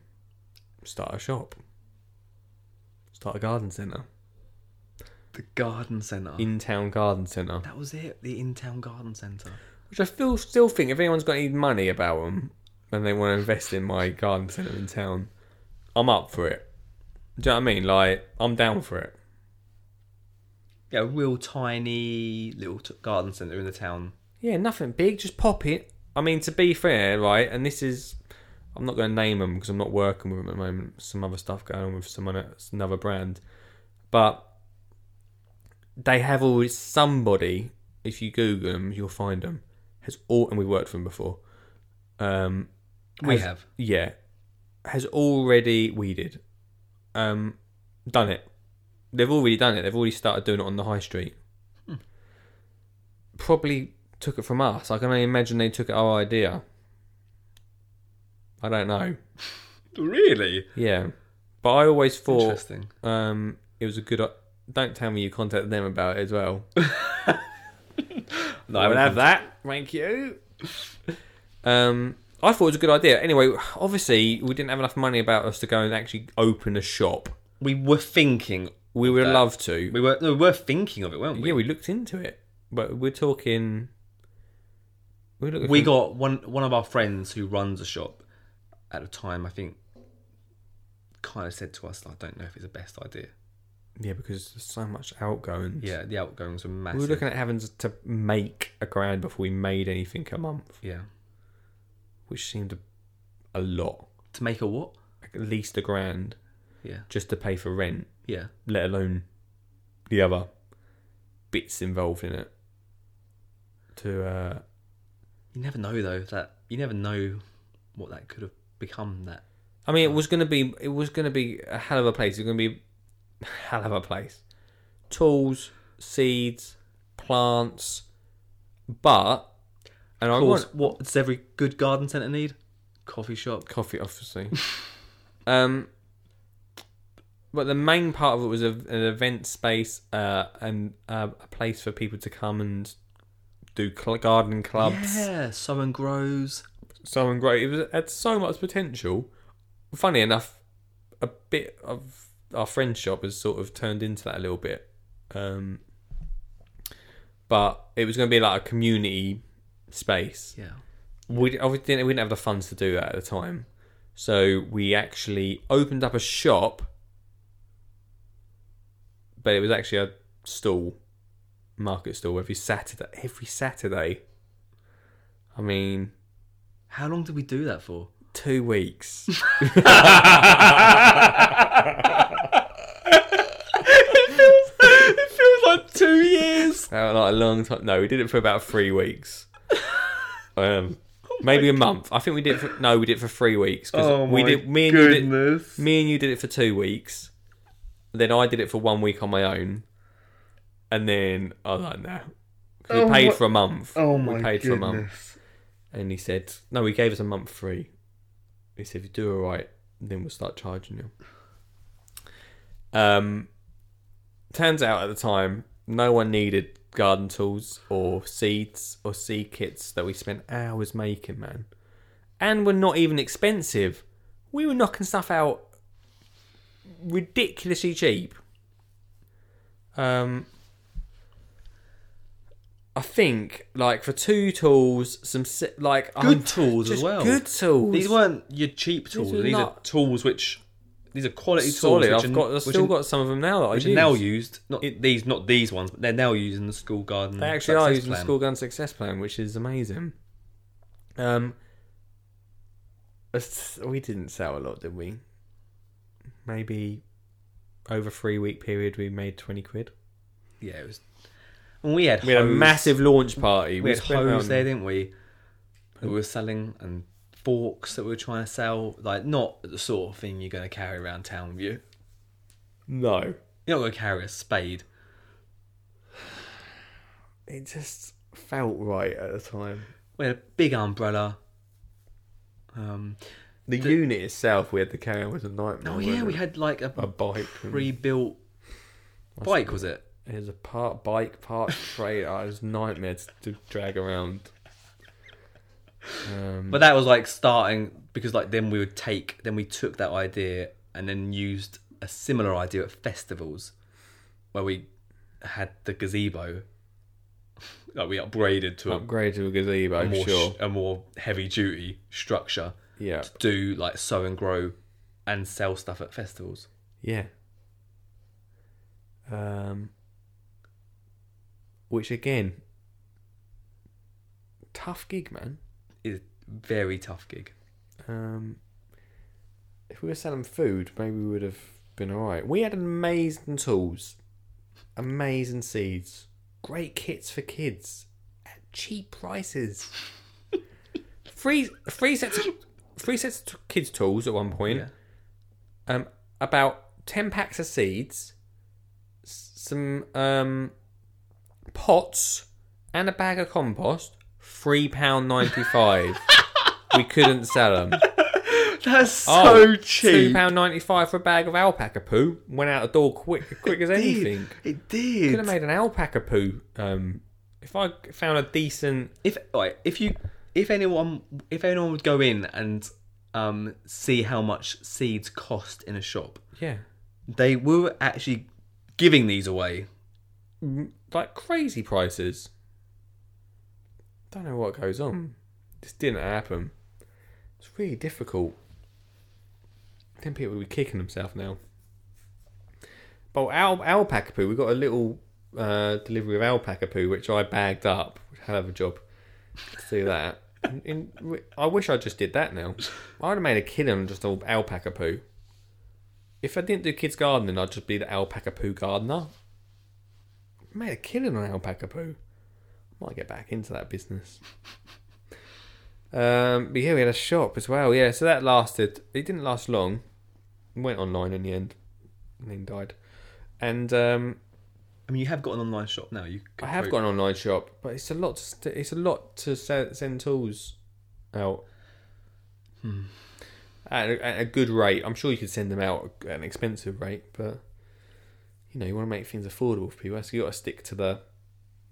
S3: Start a shop. Start a garden centre.
S2: The garden centre.
S3: In town garden centre.
S2: that was it. The in-town garden centre.
S3: Which I feel, still think if anyone's got any money about them and they want to invest in my garden centre in town, I'm up for it. Do you know what I mean? Like, I'm down for it.
S2: Yeah, a real tiny little t- garden centre in the town.
S3: Yeah, nothing big, just pop it. I mean, to be fair, right, and this is, I'm not going to name them because I'm not working with them at the moment. Some other stuff going on with someone else, another brand, but they have always somebody. If you Google them, you'll find them. Has all, and we worked for them before. Um,
S2: We
S3: has-
S2: have.
S3: yeah, has already weeded, um, done it. They've already done it. They've already started doing it on the high street. Probably took it from us. I can only imagine they took our idea. I don't know.
S2: Really
S3: Yeah, but I always thought
S2: interesting.
S3: um, it was a good. o- Don't tell me you contacted them about it as well.
S2: No,
S3: I would have that. Thank you. Um, I thought it was a good idea. Anyway, obviously we didn't have enough money about us to go and actually open a shop.
S2: We were thinking.
S3: We would
S2: that.
S3: love to.
S2: We were. No, we were thinking of it, weren't we?
S3: yeah, we looked into it, but we're talking. We looked.
S2: we got one one of our friends who runs a shop at the time i think kind of said to us i don't know if it's the best idea
S3: yeah because there's so much outgoing.
S2: yeah the outgoings were
S3: we
S2: massive
S3: were looking at having to make a grand before we made anything a month,
S2: yeah
S3: which seemed a, a lot,
S2: to make a what
S3: like at least a grand
S2: yeah
S3: just to pay for rent.
S2: yeah
S3: let alone the other bits involved in it. To uh,
S2: you never know though that you never know what that could have become that
S3: I mean, it was gonna be it was gonna be a hell of a place. It was gonna be a hell of a place. Tools, seeds, plants, but and
S2: of
S3: I
S2: course
S3: want
S2: what does every good garden centre need coffee shop
S3: coffee, obviously. um, but the main part of it was a, an event space uh, and uh, a place for people to come and do cl- garden clubs.
S2: yeah sow and grows
S3: someone great. It was, had so much potential. Funny enough, a bit of our friend's shop has sort of turned into that a little bit. Um, but it was going to be like a community space.
S2: yeah
S3: We obviously didn't, we didn't have the funds to do that at the time, so we actually opened up a shop, but it was actually a stall, market stall every Saturday. Every Saturday. I mean,
S2: how long did we do that for
S3: two weeks.
S2: it feels like two years
S3: Uh, like a long time. No, we did it for about three weeks. Um,
S2: Oh
S3: maybe a month. I think we did. It for, no, we did it for three weeks. 'cause we did. Me and you did. Me and you did it for two weeks. Then I did it for one week on my own, and then I was like, no. 'Cause we paid for a month.
S2: Oh my
S3: we paid for a month, and he said, no, he gave us a month free. He said, if you do all right, then we'll start charging you. Um, turns out at the time, no one needed garden tools or seeds or seed kits that we spent hours making, man. And were not even expensive. We were knocking stuff out ridiculously cheap. Um, I think like for two tools, some si- like
S2: Good
S3: I'm-
S2: tools as
S3: just
S2: well.
S3: Good tools.
S2: These weren't your cheap tools.
S3: were
S2: These, are
S3: not-
S2: tools which these are quality
S3: solid.
S2: tools.
S3: I've
S2: which
S3: got
S2: are,
S3: I've
S2: which
S3: still
S2: are-
S3: got some of them now that I
S2: which
S3: use.
S2: are now used. Not these, not these ones, but they're now used in the school garden.
S3: They actually are
S2: success
S3: using the
S2: plan.
S3: school gun success plan, which is amazing. Um, us- we didn't sell a lot, did we? Maybe over a three week period, we made twenty quid.
S2: Yeah, it was. And we had
S3: We had a
S2: hose-
S3: massive launch party.
S2: We had
S3: spent Hmm.
S2: hose
S3: around-
S2: there, didn't we? That we were selling and forks that we were trying to sell. Like not the sort of thing you're going to carry around town with you.
S3: No,
S2: You're not going to carry a spade.
S3: it just felt right at the time.
S2: We had a big umbrella. Um,
S3: The, unit itself, we had to carry on was a nightmare.
S2: oh yeah,
S3: wasn't
S2: we
S3: it?
S2: had like a
S3: a bike. and-
S2: rebuilt bike. Was it?
S3: It was a part bike, part trailer. It was a nightmare to, to drag around. Um,
S2: But that was like starting because like then we would take then we took that idea and then used a similar idea at festivals where we had the gazebo. Like we upgraded to a
S3: upgrade to a gazebo,
S2: more
S3: sure.
S2: sh- a more heavy duty structure
S3: yeah.
S2: to do like sow and grow and sell stuff at festivals.
S3: Yeah. Um, which again, tough gig, man.
S2: It's very tough gig.
S3: Um, if we were selling food, maybe we would have been alright. We had amazing tools, amazing seeds, great kits for kids at cheap prices. three, three sets, of, three sets of kids' tools at one point.
S2: Yeah.
S3: Um, about ten packs of seeds, s- some um, pots, and a bag of compost. Three pound ninety five. we couldn't sell them.
S2: That's so
S3: Oh, Two pound ninety five for a bag of alpaca poo. Went out the door quick, quick as anything.
S2: It
S3: Could
S2: did.
S3: have made an alpaca poo. Um, if I found a decent,
S2: if right, if you if anyone if anyone would go in and um see how much seeds cost in a shop,
S3: yeah,
S2: they were actually giving these away.
S3: like crazy prices. Don't know what goes on. This didn't happen. It's really difficult. Then people will be kicking themselves now. But al- alpaca poo, we got a little uh, delivery of alpaca poo, which I bagged up. Hell of a job to do that. In, in- I wish I just did that now. I would have made a killing just of alpaca poo. If I didn't do kids gardening, I'd just be the alpaca poo gardener. Made a killing on alpaca poo. Might get back into that business. Um, but yeah, we had a shop as well. Yeah, so that lasted. It didn't last long. It went online in the end, and then died. And um,
S2: I mean, you have got an online shop now. You
S3: I have got an online shop, but it's a lot. To st- it's a lot to se- send tools out Hmm. at, a, at a good rate. I'm sure you could send them out at an expensive rate, but you know you want to make things affordable for people, so you got to stick to the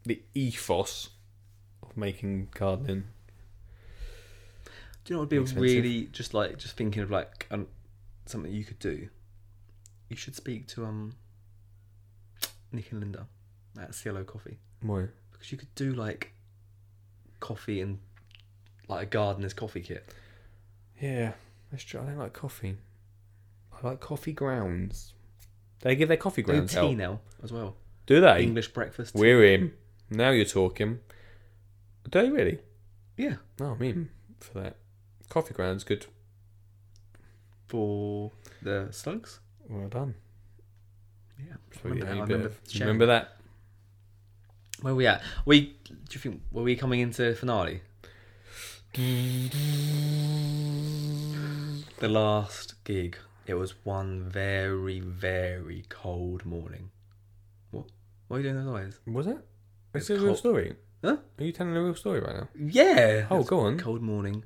S3: the ethos of making gardening.
S2: Do you know what would be
S3: Expensive.
S2: really just like just thinking of like um, something you could do? You should speak to um Nick and Linda at Cielo Coffee
S3: Why?
S2: because you could do like coffee and like a gardener's coffee kit.
S3: Yeah, that's true. I don't like coffee. I like coffee grounds. They give their coffee
S2: Do
S3: grounds
S2: tea
S3: out.
S2: now as well.
S3: Do they?
S2: English breakfast. tea.
S3: We're in. Now you're talking. Do they really?
S2: Yeah.
S3: No, I'm in for that. Coffee ground's good.
S2: For the slugs?
S3: Well done.
S2: Yeah.
S3: That's
S2: I
S3: what you
S2: remember, that.
S3: need
S2: I
S3: there.
S2: remember,
S3: Do you
S2: sharing.
S3: remember that?
S2: Where we at? We do you think were we coming into finale? The last gig. It was one very, very cold morning. What what are you doing those eyes?
S3: Was it?
S2: It's
S3: It's a real
S2: called-
S3: story.
S2: Huh?
S3: Are you telling a real story right now?
S2: Yeah.
S3: Oh,
S2: It was
S3: go
S2: a
S3: on.
S2: Cold morning.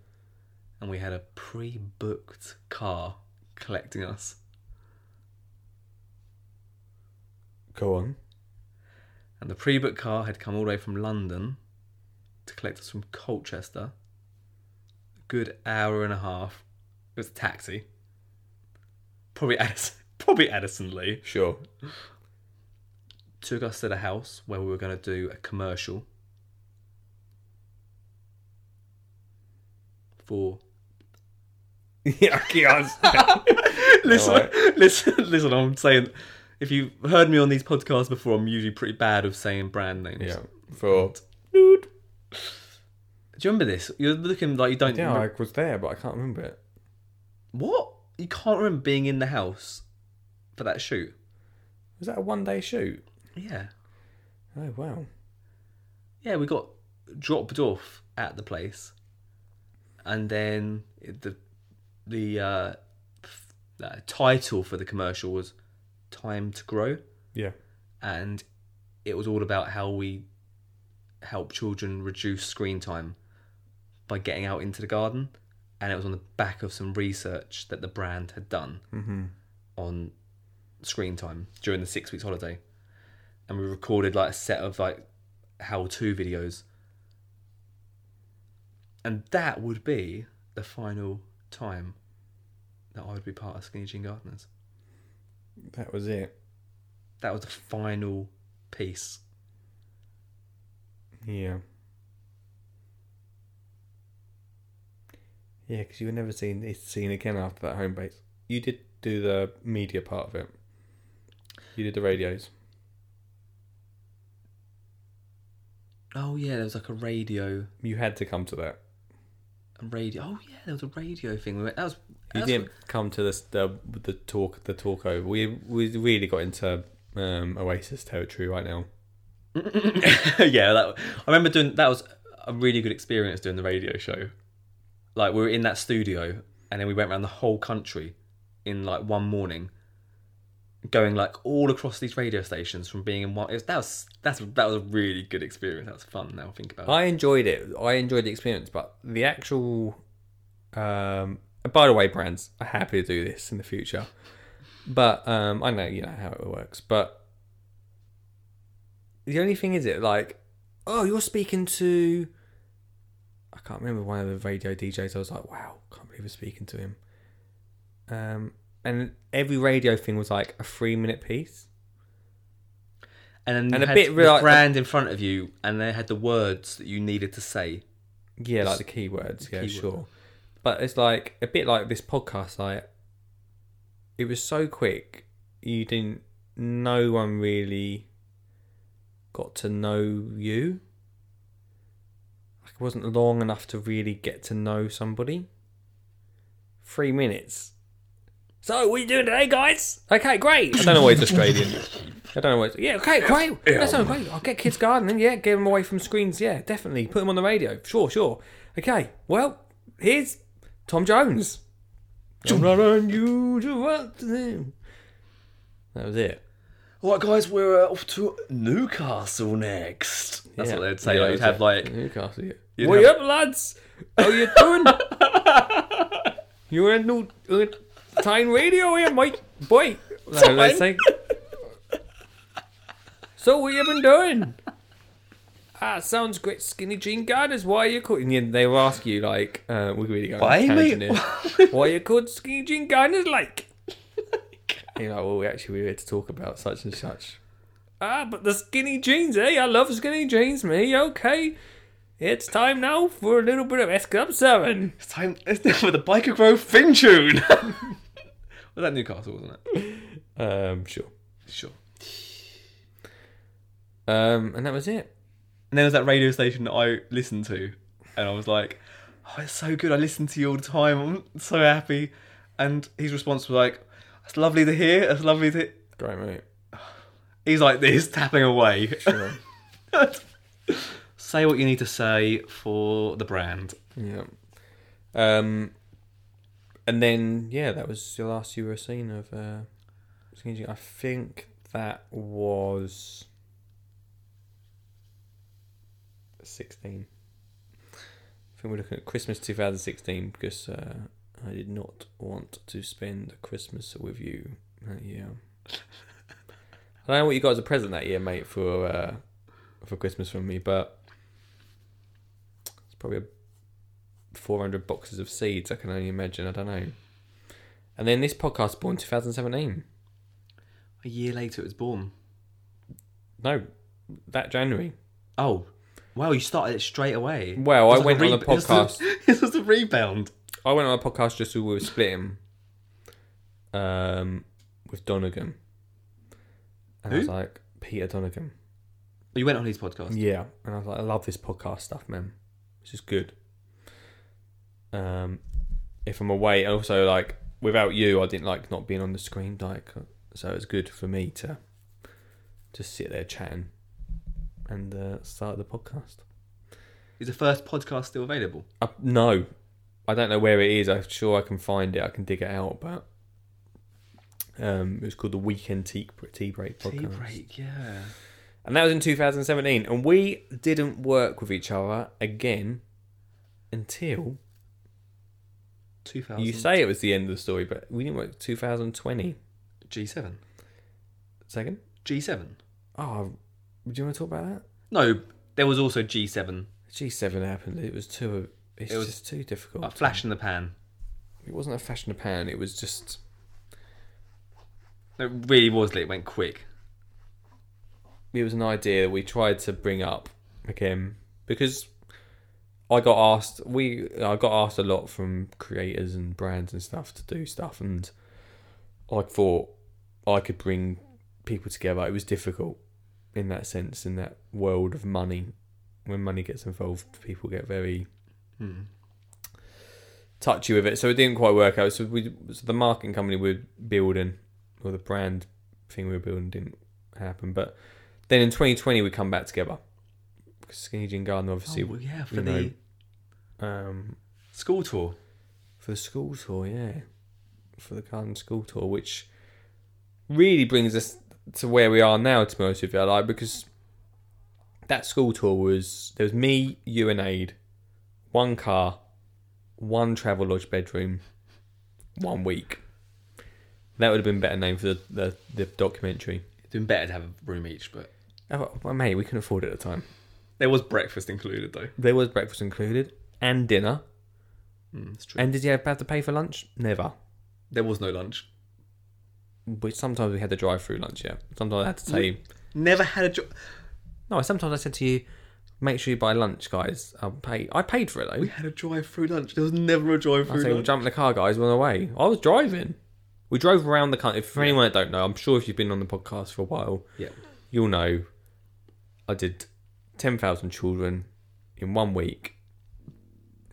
S2: And we had a pre booked car collecting us.
S3: Go on.
S2: And the pre booked car had come all the way from London to collect us from Colchester. A good hour and a half. It was a taxi. Probably Addison, probably Addison Lee.
S3: Sure.
S2: Took us to the house where we were going to do a commercial for.
S3: yeah, I can't understand.
S2: Listen,
S3: Alright.
S2: listen, listen. I'm saying, if you've heard me on these podcasts before, I'm usually pretty bad of saying brand names.
S3: yeah, for
S2: Do you remember this? You're looking like you don't.
S3: yeah,
S2: remember-
S3: I was there, but I can't remember it.
S2: What? You can't remember being in the house for that shoot.
S3: Was that a one-day shoot?
S2: Yeah.
S3: Oh wow.
S2: Yeah, we got dropped off at the place, and then it- the the uh, f- uh, title for the commercial was "Time to Grow,"
S3: Yeah.
S2: and it was all about how we help children reduce screen time by getting out into the garden, and it was on the back of some research that the brand had done on screen time during the six weeks holiday, and we recorded like a set of like how to videos. And that would be the final time that I would be part of Skinny Jean Gardeners.
S3: That was it.
S2: That was the final piece.
S3: Yeah. Yeah, because you were never seen it's seen again after that home base. You did do the media part of it. You did the radios.
S2: Oh yeah, there was like a radio,
S3: You had to come to that.
S2: a radio. Oh yeah, there was a radio thing. We went, that was.
S3: You
S2: that's-
S3: didn't come to this the the talk the talk over. We we really got into um, Oasis territory right now.
S2: yeah, that, I remember doing. That was a really good experience doing the radio show. Like we were in that studio, and then we went around the whole country in like one morning, going like all across these radio stations from being in one. It was, that was that's that was a really good experience. That was fun. Now I think about it.
S3: I enjoyed it. I enjoyed the experience, but the actual. Um, and by the way, brands, I'm happy to do this in the future, but um, I know you know how it works. But the only thing is, it like, oh, you're speaking to. I can't remember one of the radio DJs. I was like, wow, can't believe we're speaking to him. Um, and every radio thing was like a three minute piece.
S2: And then
S3: and
S2: you
S3: a
S2: had
S3: bit
S2: the
S3: real-
S2: brand in front of you, and they had the words that you needed to say.
S3: Yeah, like the keywords. Yeah,
S2: keyword.
S3: sure. But it's like a bit like this podcast. Like it was so quick, you didn't. No one really got to know you. Like it wasn't long enough to really get to know somebody. Three minutes. So what are you doing today, guys? Okay, great. I don't know why he's Australian. I don't know why. It's, yeah, okay, great. That sounds great. I'll get kids gardening. Yeah, get them away from screens. Yeah, definitely. Put them on the radio. Sure, sure. Okay. Well, here's Tom Jones. I'm not unusual. That was it.
S2: All right, guys, we're uh, off to Newcastle next. That's
S3: Yeah.
S2: what they'd say.
S3: Yeah,
S2: like, you'd have like
S3: Newcastle. Yeah.
S2: you'd
S3: what
S2: have-
S3: you up, lads? How you doing? You're in new uh, time radio here, mate. Boy, No, let's say. So what you been doing? Ah, sounds great. Skinny Jean Gardens. Why are you called? And then they will ask you like, uh, we really going on
S2: Why,
S3: a tangent
S2: mate?
S3: here. Why are you called Skinny Jean Gardens? Like, and you're like, well, we actually we were here to talk about such and such. Ah, but the skinny jeans, eh? I love skinny jeans, me. Okay, it's time now for a little bit of S Club Seven.
S2: It's time for the Biker Grove theme tune. was that Newcastle, wasn't it?
S3: Um, sure.
S2: Sure.
S3: Um, and that was it.
S2: And there was that radio station that I listened to, and I was like, "Oh, it's so good! I listen to you all the time. I'm so happy." And his response was like, "It's lovely to hear. It's lovely to."
S3: Great mate.
S2: He's like this, tapping away. say what you need to say for the brand.
S3: Yeah. Um, and then yeah, that was the last you were seen of uh, Skinny Jean. I think that was sixteen. I think we're looking at Christmas 2016 because uh, I did not want to spend Christmas with you that year. I don't know what you got as a present that year, mate, for uh, for Christmas from me, but it's probably a 400 boxes of seeds. I can only imagine. I don't know. And then this podcast born 2017.
S2: A year later, it was born.
S3: No, that January.
S2: Oh, Wow, you started it straight away.
S3: Well,
S2: It's
S3: I went on a
S2: rebound. It's a- It's just a rebound.
S3: I went on a podcast just when we were splitting um, with Donegan. And I was like, Peter Donegan.
S2: Oh, You went on his podcast.
S3: Yeah. And I was like, I love this podcast stuff, man. This is good. Um, if I'm away, and also, like, without you, I didn't like not being on the screen. Like, so it's good for me to just sit there chatting and uh, start the podcast.
S2: Is the first podcast still available?
S3: Uh, no, I don't know where it is. I'm sure I can find it. I can dig it out. But um, it was called the Weekend Tea, Tea Break podcast,
S2: Tea break, yeah.
S3: and that was in 2017. And we didn't work with each other again until
S2: 2000.
S3: you say it was the end of the story, but we didn't work 2020.
S2: G7.
S3: Second.
S2: G7.
S3: Oh, do you want to talk about that?
S2: No, there was also G7.
S3: G7 happened. It was too. It's
S2: It was-
S3: just too difficult.
S2: A flash in the pan.
S3: It wasn't a flash in the pan. It was just.
S2: It really was lit. It went quick.
S3: it was an idea that we tried to bring up again because I got asked we I got asked a lot from creators and brands and stuff to do stuff and I thought I could bring people together. It was difficult in that sense in that world of money when money gets involved people get very touchy with it so it didn't quite work out so we so the marketing company we we're building or the brand thing we were building didn't happen but then in 2020 we come back together because Skinny Jean Garden obviously
S2: oh, well, yeah, for
S3: we
S2: the
S3: know. um,
S2: school tour.
S3: for the school tour yeah for the garden school tour which really brings us to where we are now to be honest with you like because that school tour was there was me you and Aid one car one travel lodge bedroom one week that would have been a better name for the, the, the documentary
S2: It'd been better to have a room each, but
S3: oh, well, mate we couldn't afford it at the time
S2: there was breakfast included, though.
S3: There was breakfast included and dinner.
S2: Mm, it's true.
S3: And did you have to pay for lunch? Never.
S2: there was no lunch.
S3: But sometimes we had the drive-through lunch. Yeah. Sometimes I had to tell you.
S2: Never had a job.
S3: No. Sometimes I said to you, make sure you buy lunch, guys. I'll pay. I paid for it though.
S2: We had a drive-through lunch. There was never a
S3: I
S2: drive-through
S3: said, we'll
S2: lunch.
S3: jump in the car, guys. We're on the way. I was driving. We drove around the country. For anyone that don't know, I'm sure if you've been on the podcast for a while,
S2: Yeah,
S3: you'll know. I did ten thousand children in one week.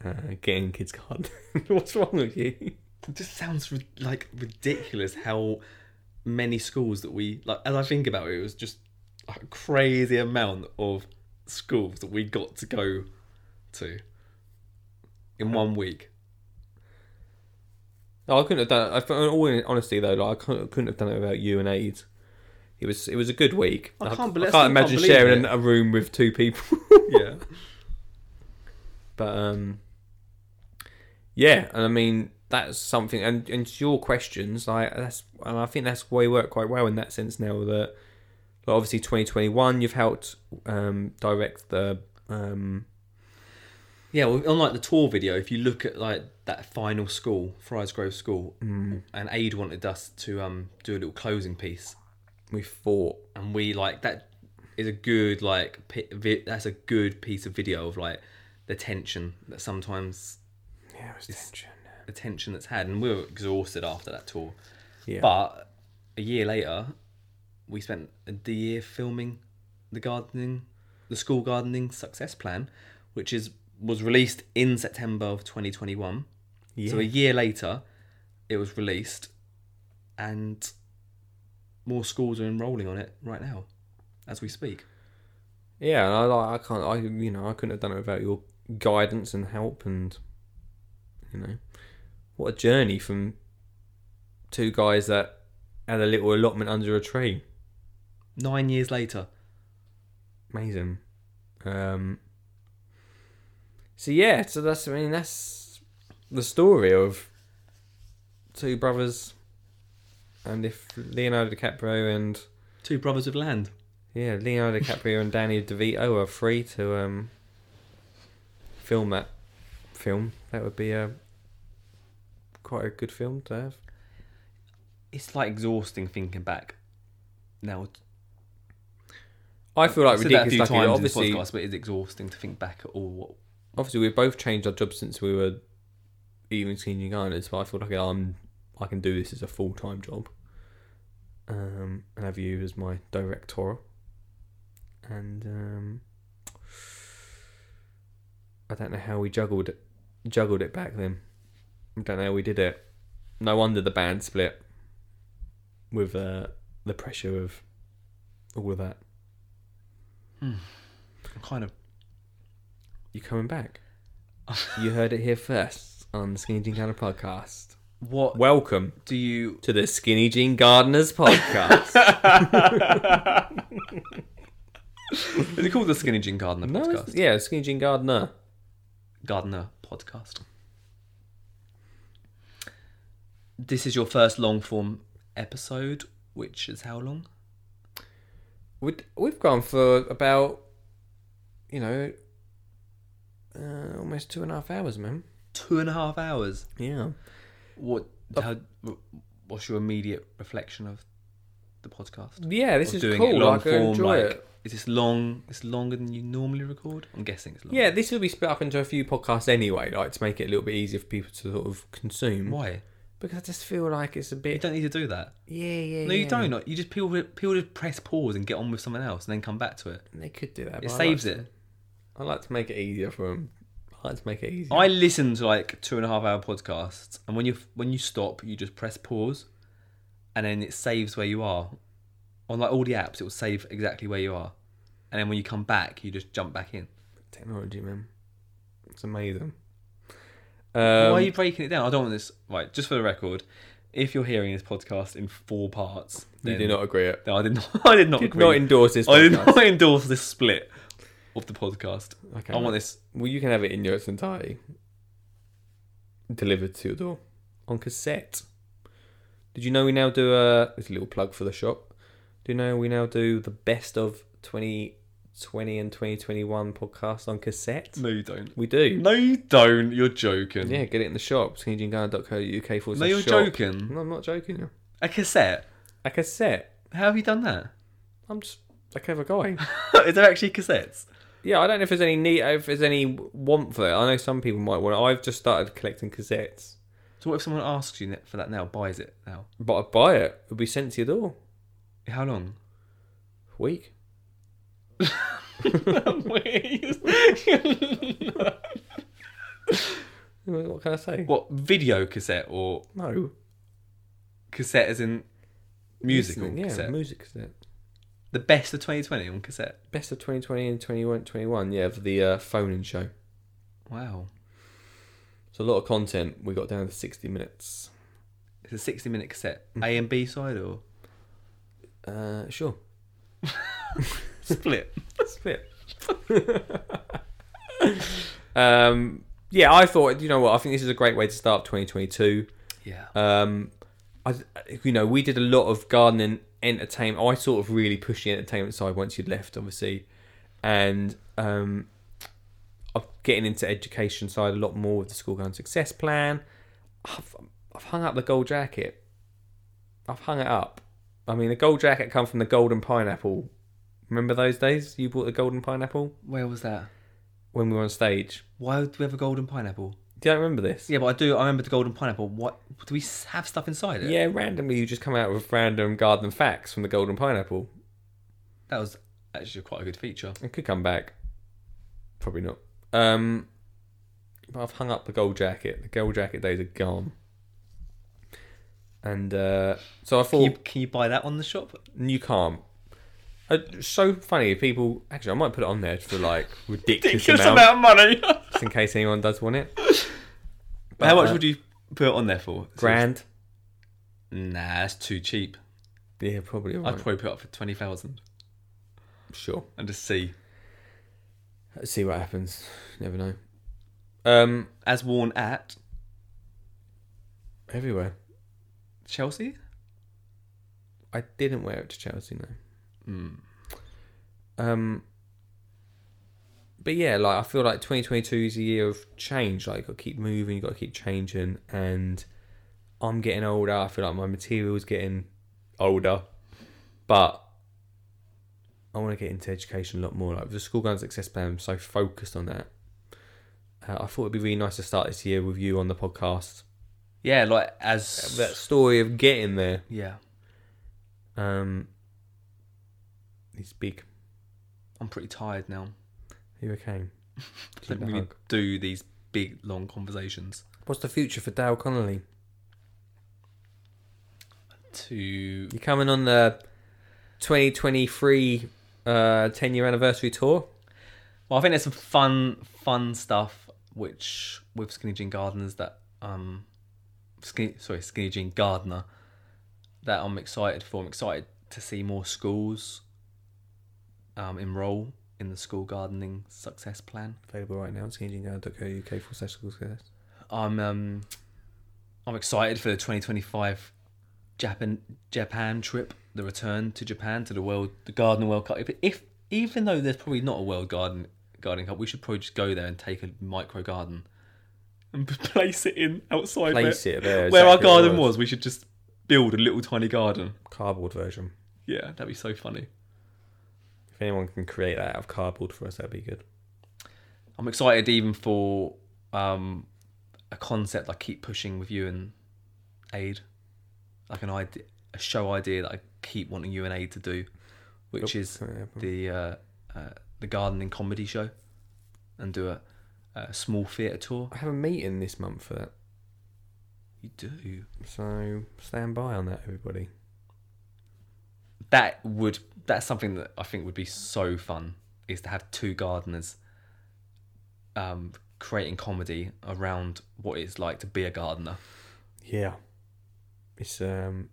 S3: Uh, getting kids card. What's wrong with you?
S2: it just sounds ri- like ridiculous how many schools that we like. As I think about it, it was just a crazy amount of schools that we got to go to in one week.
S3: No, I couldn't have done it. I, feel- in all honesty, though, like I couldn't, couldn't have done it without you and Aid. It was it was a good week.
S2: I can't
S3: I
S2: believe-
S3: can't
S2: I can't
S3: imagine
S2: believe
S3: sharing
S2: it.
S3: a room with two people.
S2: Yeah,
S3: but um, yeah, and I mean that's something. And and to your questions, like that's and I think that's why you work quite well in that sense now that. But obviously, 2021, you've helped um, direct the um,
S2: yeah. Well, on like the tour video, if you look at like that final school, Friars Grove School, and Aid wanted us to um do a little closing piece.
S3: we fought
S2: and we like that is a good like pi- vi- that's a good piece of video of like the tension that sometimes
S3: yeah, it was tension.
S2: the tension that's had and we were exhausted after that tour
S3: Yeah.
S2: but a year later we spent the year filming the gardening the school gardening success plan which is was released in september of 2021 so a year later it was released and more schools are enrolling on it right now as we speak
S3: Yeah, and I like I can't I you know I couldn't have done it without your guidance and help and you know what a journey from two guys that had a little allotment under a tree.
S2: nine years later.
S3: Amazing. Um So yeah, so that's I mean that's the story of two brothers and if Leonardo DiCaprio and
S2: Two brothers of land.
S3: Yeah, Leonardo DiCaprio and Danny DeVito are free to um, film that film. That would be a quite a good film to have.
S2: It's like exhausting thinking back now
S3: I feel like
S2: I've said that a
S3: ridiculous.
S2: few
S3: Lucky that
S2: times in
S3: obviously,
S2: this podcast, but it's exhausting to think back at all. What,
S3: obviously, we've both changed our jobs since we were even senior gunners, but I feel like I'm I can do this as a full time job, um, and have you as my director, and um, I don't know how we juggled it- juggled it back then. I don't know how we did it. No wonder the band split with uh, the pressure of all of that.
S2: I'm kind of
S3: You coming back? you heard it here first on the Skinny Jean Gardener podcast.
S2: what
S3: Welcome
S2: do you?
S3: to the Skinny Jean Gardeners podcast.
S2: Is it called the Skinny Jean Gardener
S3: no,
S2: podcast?
S3: it's- yeah, Skinny Jean Gardener.
S2: Gardener podcast. This is your first long form episode, which is how long?
S3: We'd, we've gone for about, you know, uh, almost two and a half hours, man.
S2: Two and a half hours.
S3: Yeah.
S2: What?
S3: Oh.
S2: How, what's your immediate reflection of the podcast?
S3: Yeah, this
S2: Or
S3: is cool. like, I enjoy
S2: like,
S3: it.
S2: Is this long? It's longer than you normally record. I'm guessing it's long.
S3: Yeah, this will be split up into a few podcasts anyway, like to make it a little bit easier for people to sort of consume.
S2: Why?
S3: Because I just feel like it's a
S2: You
S3: bit.
S2: don't need to do that.
S3: Yeah, yeah.
S2: No, you
S3: yeah.
S2: don't. You just people people just press pause and get on with something else, and then come back to it.
S3: They could do that.
S2: It
S3: but I
S2: saves
S3: like to-
S2: it.
S3: I like to make it easier for them. I like to make it easier.
S2: I listen to like two and a half hour podcasts, and when you when you stop, you just press pause, and then it saves where you are. On like all the apps, it will save exactly where you are, and then when you come back, you just jump back in.
S3: Technology, man. It's amazing. Um,
S2: Why are you breaking it down? I don't want this. Right, just for the record, if you're hearing this podcast in four parts,
S3: you
S2: then,
S3: do not agree it.
S2: No, I did not. I did not.
S3: Did
S2: agree.
S3: not endorse this
S2: I did
S3: podcast.
S2: not endorse this split of the podcast.
S3: Okay.
S2: I want this.
S3: Well, you can have it in your entirety. Delivered to your door. On cassette. Did you know we now do a... It's a little plug for the shop. Do you know we now do the best of 2020 and 2021 podcast on cassette?
S2: No, you don't.
S3: We do.
S2: No, you don't. You're joking.
S3: Yeah, get it in the shop. skinnyjeangarden.co.uk forward
S2: No,
S3: slash
S2: you're
S3: shop.
S2: joking.
S3: No, I'm not joking.
S2: A cassette.
S3: A cassette.
S2: How have you done that?
S3: I'm just a clever guy.
S2: Is there actually cassettes?
S3: yeah, I don't know if there's any need, if there's any want for it. I know some people might want it. I've just started collecting cassettes,
S2: So what if someone asks you ne- for that now, buys it now?
S3: but I'd buy it. It'd be sent to your door.
S2: How long?
S3: Week. What can I say?
S2: what video cassette or
S3: No.
S2: cassette as in musical
S3: Listening, yeah,
S2: cassette?
S3: music cassette.
S2: the best of 2020 on cassette.
S3: Best of 2020 and 2021, yeah, for the uh, phone-in show.
S2: Wow,
S3: So a lot of content. We got down to 60 minutes.
S2: it's a 60 minute cassette. A and B side or
S3: Uh, sure.
S2: split?
S3: Spit. um, yeah, I thought, you know what, I think this is a great way to start 2022.
S2: yeah.
S3: Um, I, you know, we did a lot of gardening entertainment. Oh, I sort of really pushed the entertainment side once you'd left, obviously, and um, I'm getting into education side a lot more with the school garden success plan. I've, I've hung up the gold jacket. I've hung it up. I mean, the gold jacket come from the golden pineapple. Remember those days? You bought the golden pineapple
S2: Where was that?
S3: when we were on stage.
S2: Why do we have a golden pineapple?
S3: Do you not remember this?
S2: Yeah, but I do. I remember the golden pineapple. What do we have stuff inside it?
S3: Yeah, randomly you just come out with random garden facts from the golden pineapple.
S2: that was actually quite a good feature.
S3: It could come back. Probably not. Um, but I've hung up the gold jacket. The gold jacket days are gone. And uh, so I
S2: Can
S3: thought
S2: you, can you buy that on the shop?
S3: you can't. Uh, so funny, people. Actually, I might put it on there for like ridiculous, amount,
S2: of money.
S3: just in case anyone does want it.
S2: How much
S3: uh,
S2: would you put it on there for?
S3: Grand.
S2: Nah, that's too cheap.
S3: Yeah, probably.
S2: I'd
S3: alright.
S2: probably put it up for twenty thousand
S3: Sure.
S2: and just see.
S3: Let's see what happens. Never know. Um,
S2: As worn at
S3: everywhere.
S2: Chelsea.
S3: I didn't wear it to Chelsea, no. Um, but yeah, like I feel like 2022 is a year of change. Like you got to keep moving, you got to keep changing, and I'm getting older. I feel like my material's getting older, but I want to get into education a lot more. Like the school guns success plan, I'm so focused on that. Uh, I thought it'd be really nice to start this year with you on the podcast.
S2: Yeah, like as
S3: That story of getting there
S2: yeah,
S3: um, is big.
S2: I'm pretty tired now.
S3: You okay?
S2: I don't really do these big long conversations
S3: What's the future for Dale Connolly?
S2: to
S3: You're coming on the 2023 uh, 10 year anniversary tour.
S2: Well, I think there's some fun, fun stuff which with Skinny Jean Gardeners that um, skinny sorry Skinny Jean Gardener that I'm excited for. I'm excited to see more schools um, enroll in the school gardening success plan.
S3: Available right now at skinnyjeanguard.co.uk for slash school success.
S2: I'm um, I'm excited for the 2025 Japan Japan trip, the return to Japan to the world, the Garden World Cup. If, if even though there's probably not a World Garden Garden Cup, we should probably just go there and take a micro garden and place it in outside
S3: Place
S2: where,
S3: it there.
S2: where our
S3: exactly where it
S2: garden was. We should just build a little tiny garden.
S3: Cardboard version.
S2: Yeah, that'd be so funny.
S3: If anyone can create that out of cardboard for us, that'd be good.
S2: I'm excited even for um, a concept I keep pushing with you and Aid, like an idea, a show idea that I keep wanting you and Aid to do, which
S3: Nope,
S2: is
S3: can't happen.
S2: the uh, uh, the gardening comedy show, and do a, a small theatre tour.
S3: I have a meeting this month for that,
S2: You do
S3: so stand by on that, everybody.
S2: that would that's something that I think would be so fun is to have two gardeners um, creating comedy around what it's like to be a gardener.
S3: Yeah, it's um,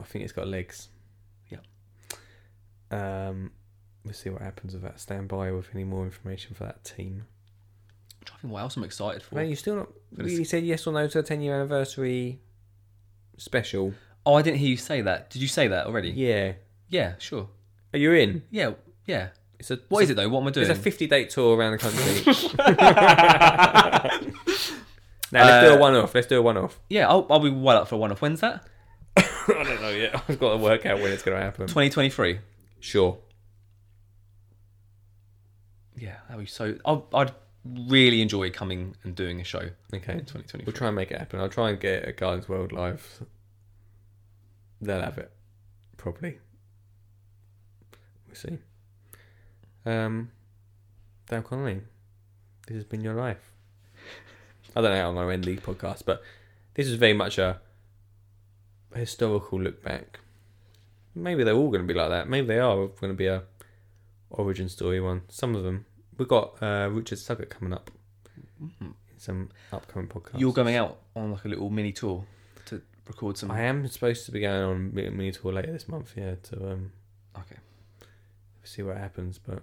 S3: I think it's got legs.
S2: Yep.
S3: Um, we'll see what happens with that. Stand by with any more information for that team.
S2: I'm trying to think what else I'm excited for.
S3: Man, you still not
S2: But it's-
S3: really said yes or no to the ten year anniversary special.
S2: Oh, I didn't hear you say that. Did you say that already? Yeah,
S3: Yeah,
S2: sure.
S3: are you in?
S2: Yeah, yeah.
S3: It's a
S2: What is it though? What am I
S3: It's
S2: doing?
S3: a fifty date tour around the country. now let's do a
S2: Uh,
S3: one off. Let's do a one off.
S2: yeah, I'll, I'll be well up for one off. When's that?
S3: I don't know yet. I've got to work out when it's going to happen.
S2: 2023.
S3: Sure.
S2: Yeah, that'd be so. I'll, I'd really enjoy coming and doing a show in
S3: Okay.
S2: 2023.
S3: We'll try and make it happen. I'll try and get a Gardens World live. They'll have it, probably. We'll see. Um, Dale Connolly, this has been your life. I don't know how I'm going to end the podcast, but this is very much a historical look back. Maybe they're all going to be like that. Maybe they are going to be a origin story one. Some of them. We've got uh, Richard Suggett coming up
S2: Mhm.
S3: in some upcoming podcast.
S2: You're going out on like a little mini tour to record some.
S3: I am supposed to be going on a mini- mini tour later this month, yeah, to um
S2: Okay.
S3: see what happens, but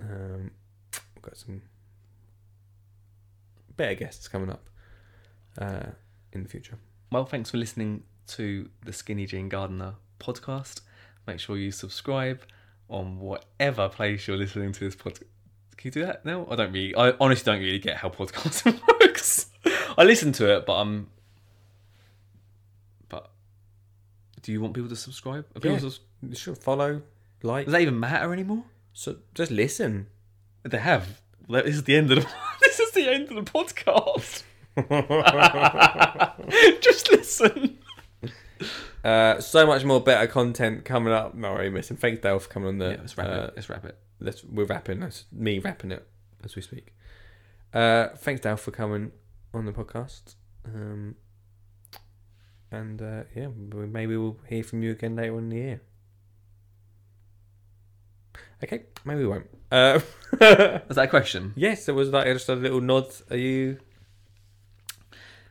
S3: um we've got some better guests coming up uh in the future.
S2: Well, thanks for listening to the Skinny Jean Gardener podcast. Make sure you subscribe on whatever place you're listening to this podcast. Can you do that now? I don't really. I honestly don't really get how podcasting works. I listen to it, but I'm. But do you want people to subscribe? Are people
S3: Yeah.
S2: subs-
S3: You should follow, like
S2: Does that even matter anymore?
S3: so just listen.
S2: They have. That- This is the end of the. this is the end of the podcast. Just listen.
S3: Uh so much more better content coming up. No, I'm missing. Thanks Dale for coming on the
S2: Yeah, let's wrap
S3: uh,
S2: it. Let's wrap it.
S3: let's we're wrapping that's me wrapping it as we speak uh thanks dal for coming on the podcast um and uh yeah we- maybe we'll hear from you again later on in the year okay maybe we won't uh
S2: Was that a question?
S3: yes it was like just a little nod are you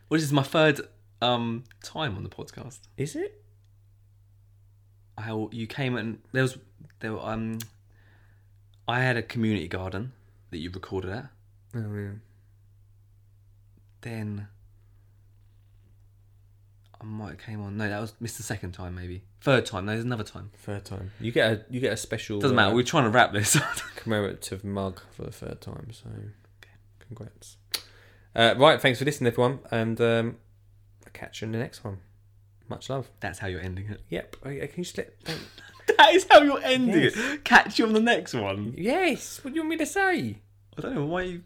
S2: Well, this is my third um, time on the podcast.
S3: is it
S2: How you came and there was there were, um, I had a community garden that you recorded at.
S3: oh yeah
S2: Then I might have came on. No, that was missed the second time, maybe third time. No, there's another time.
S3: third time you get a you get a special
S2: Doesn't
S3: uh,
S2: matter. We're trying to wrap this.
S3: commemorative mug for the third time. So, congrats. Uh, right, thanks for listening, everyone, and um, I'll catch you in the next one. Much love.
S2: That's how you're ending it.
S3: Yep. Oh, yeah, Can you slip?
S2: that is how you're ending it. Catch you on the next one.
S3: Yes. What do you want me to say?
S2: I don't know why. You,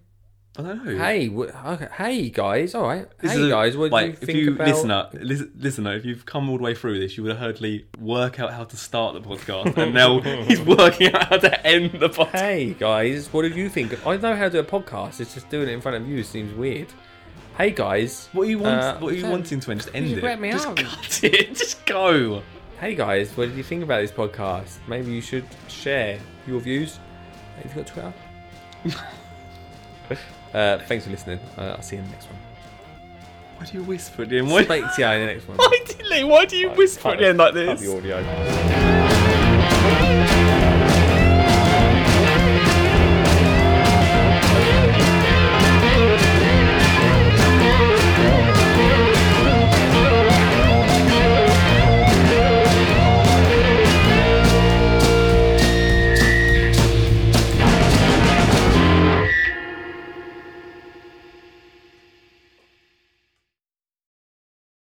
S2: I don't know.
S3: Hey, wh- okay. hey guys. All right.
S2: This
S3: hey
S2: is a-
S3: guys. What
S2: like,
S3: do you
S2: if
S3: think
S2: you
S3: about?
S2: listener, listen, listener, if you've come all the way through this, you would have heard Lee work out how to start the podcast, and now he's working out how to end the podcast.
S3: Hey guys, what do you think? I know how to do a podcast. It's just doing it in front of you seems weird. Hey guys.
S2: What are you want?
S3: Uh,
S2: what are you
S3: so-
S2: wanting to end? Just end
S3: you
S2: it.
S3: wrap me
S2: just
S3: up?
S2: cut it. Just go.
S3: Hey guys, what did you think about this podcast? Maybe you should share your views. Have you got Twitter? uh, thanks for listening. Uh, I'll see you in the next one.
S2: Why do you whisper at the end? Why,
S3: Speak to you in the next one.
S2: why, do you, Lee, why do you whisper at the end like
S3: Cut
S2: this?
S3: the audio.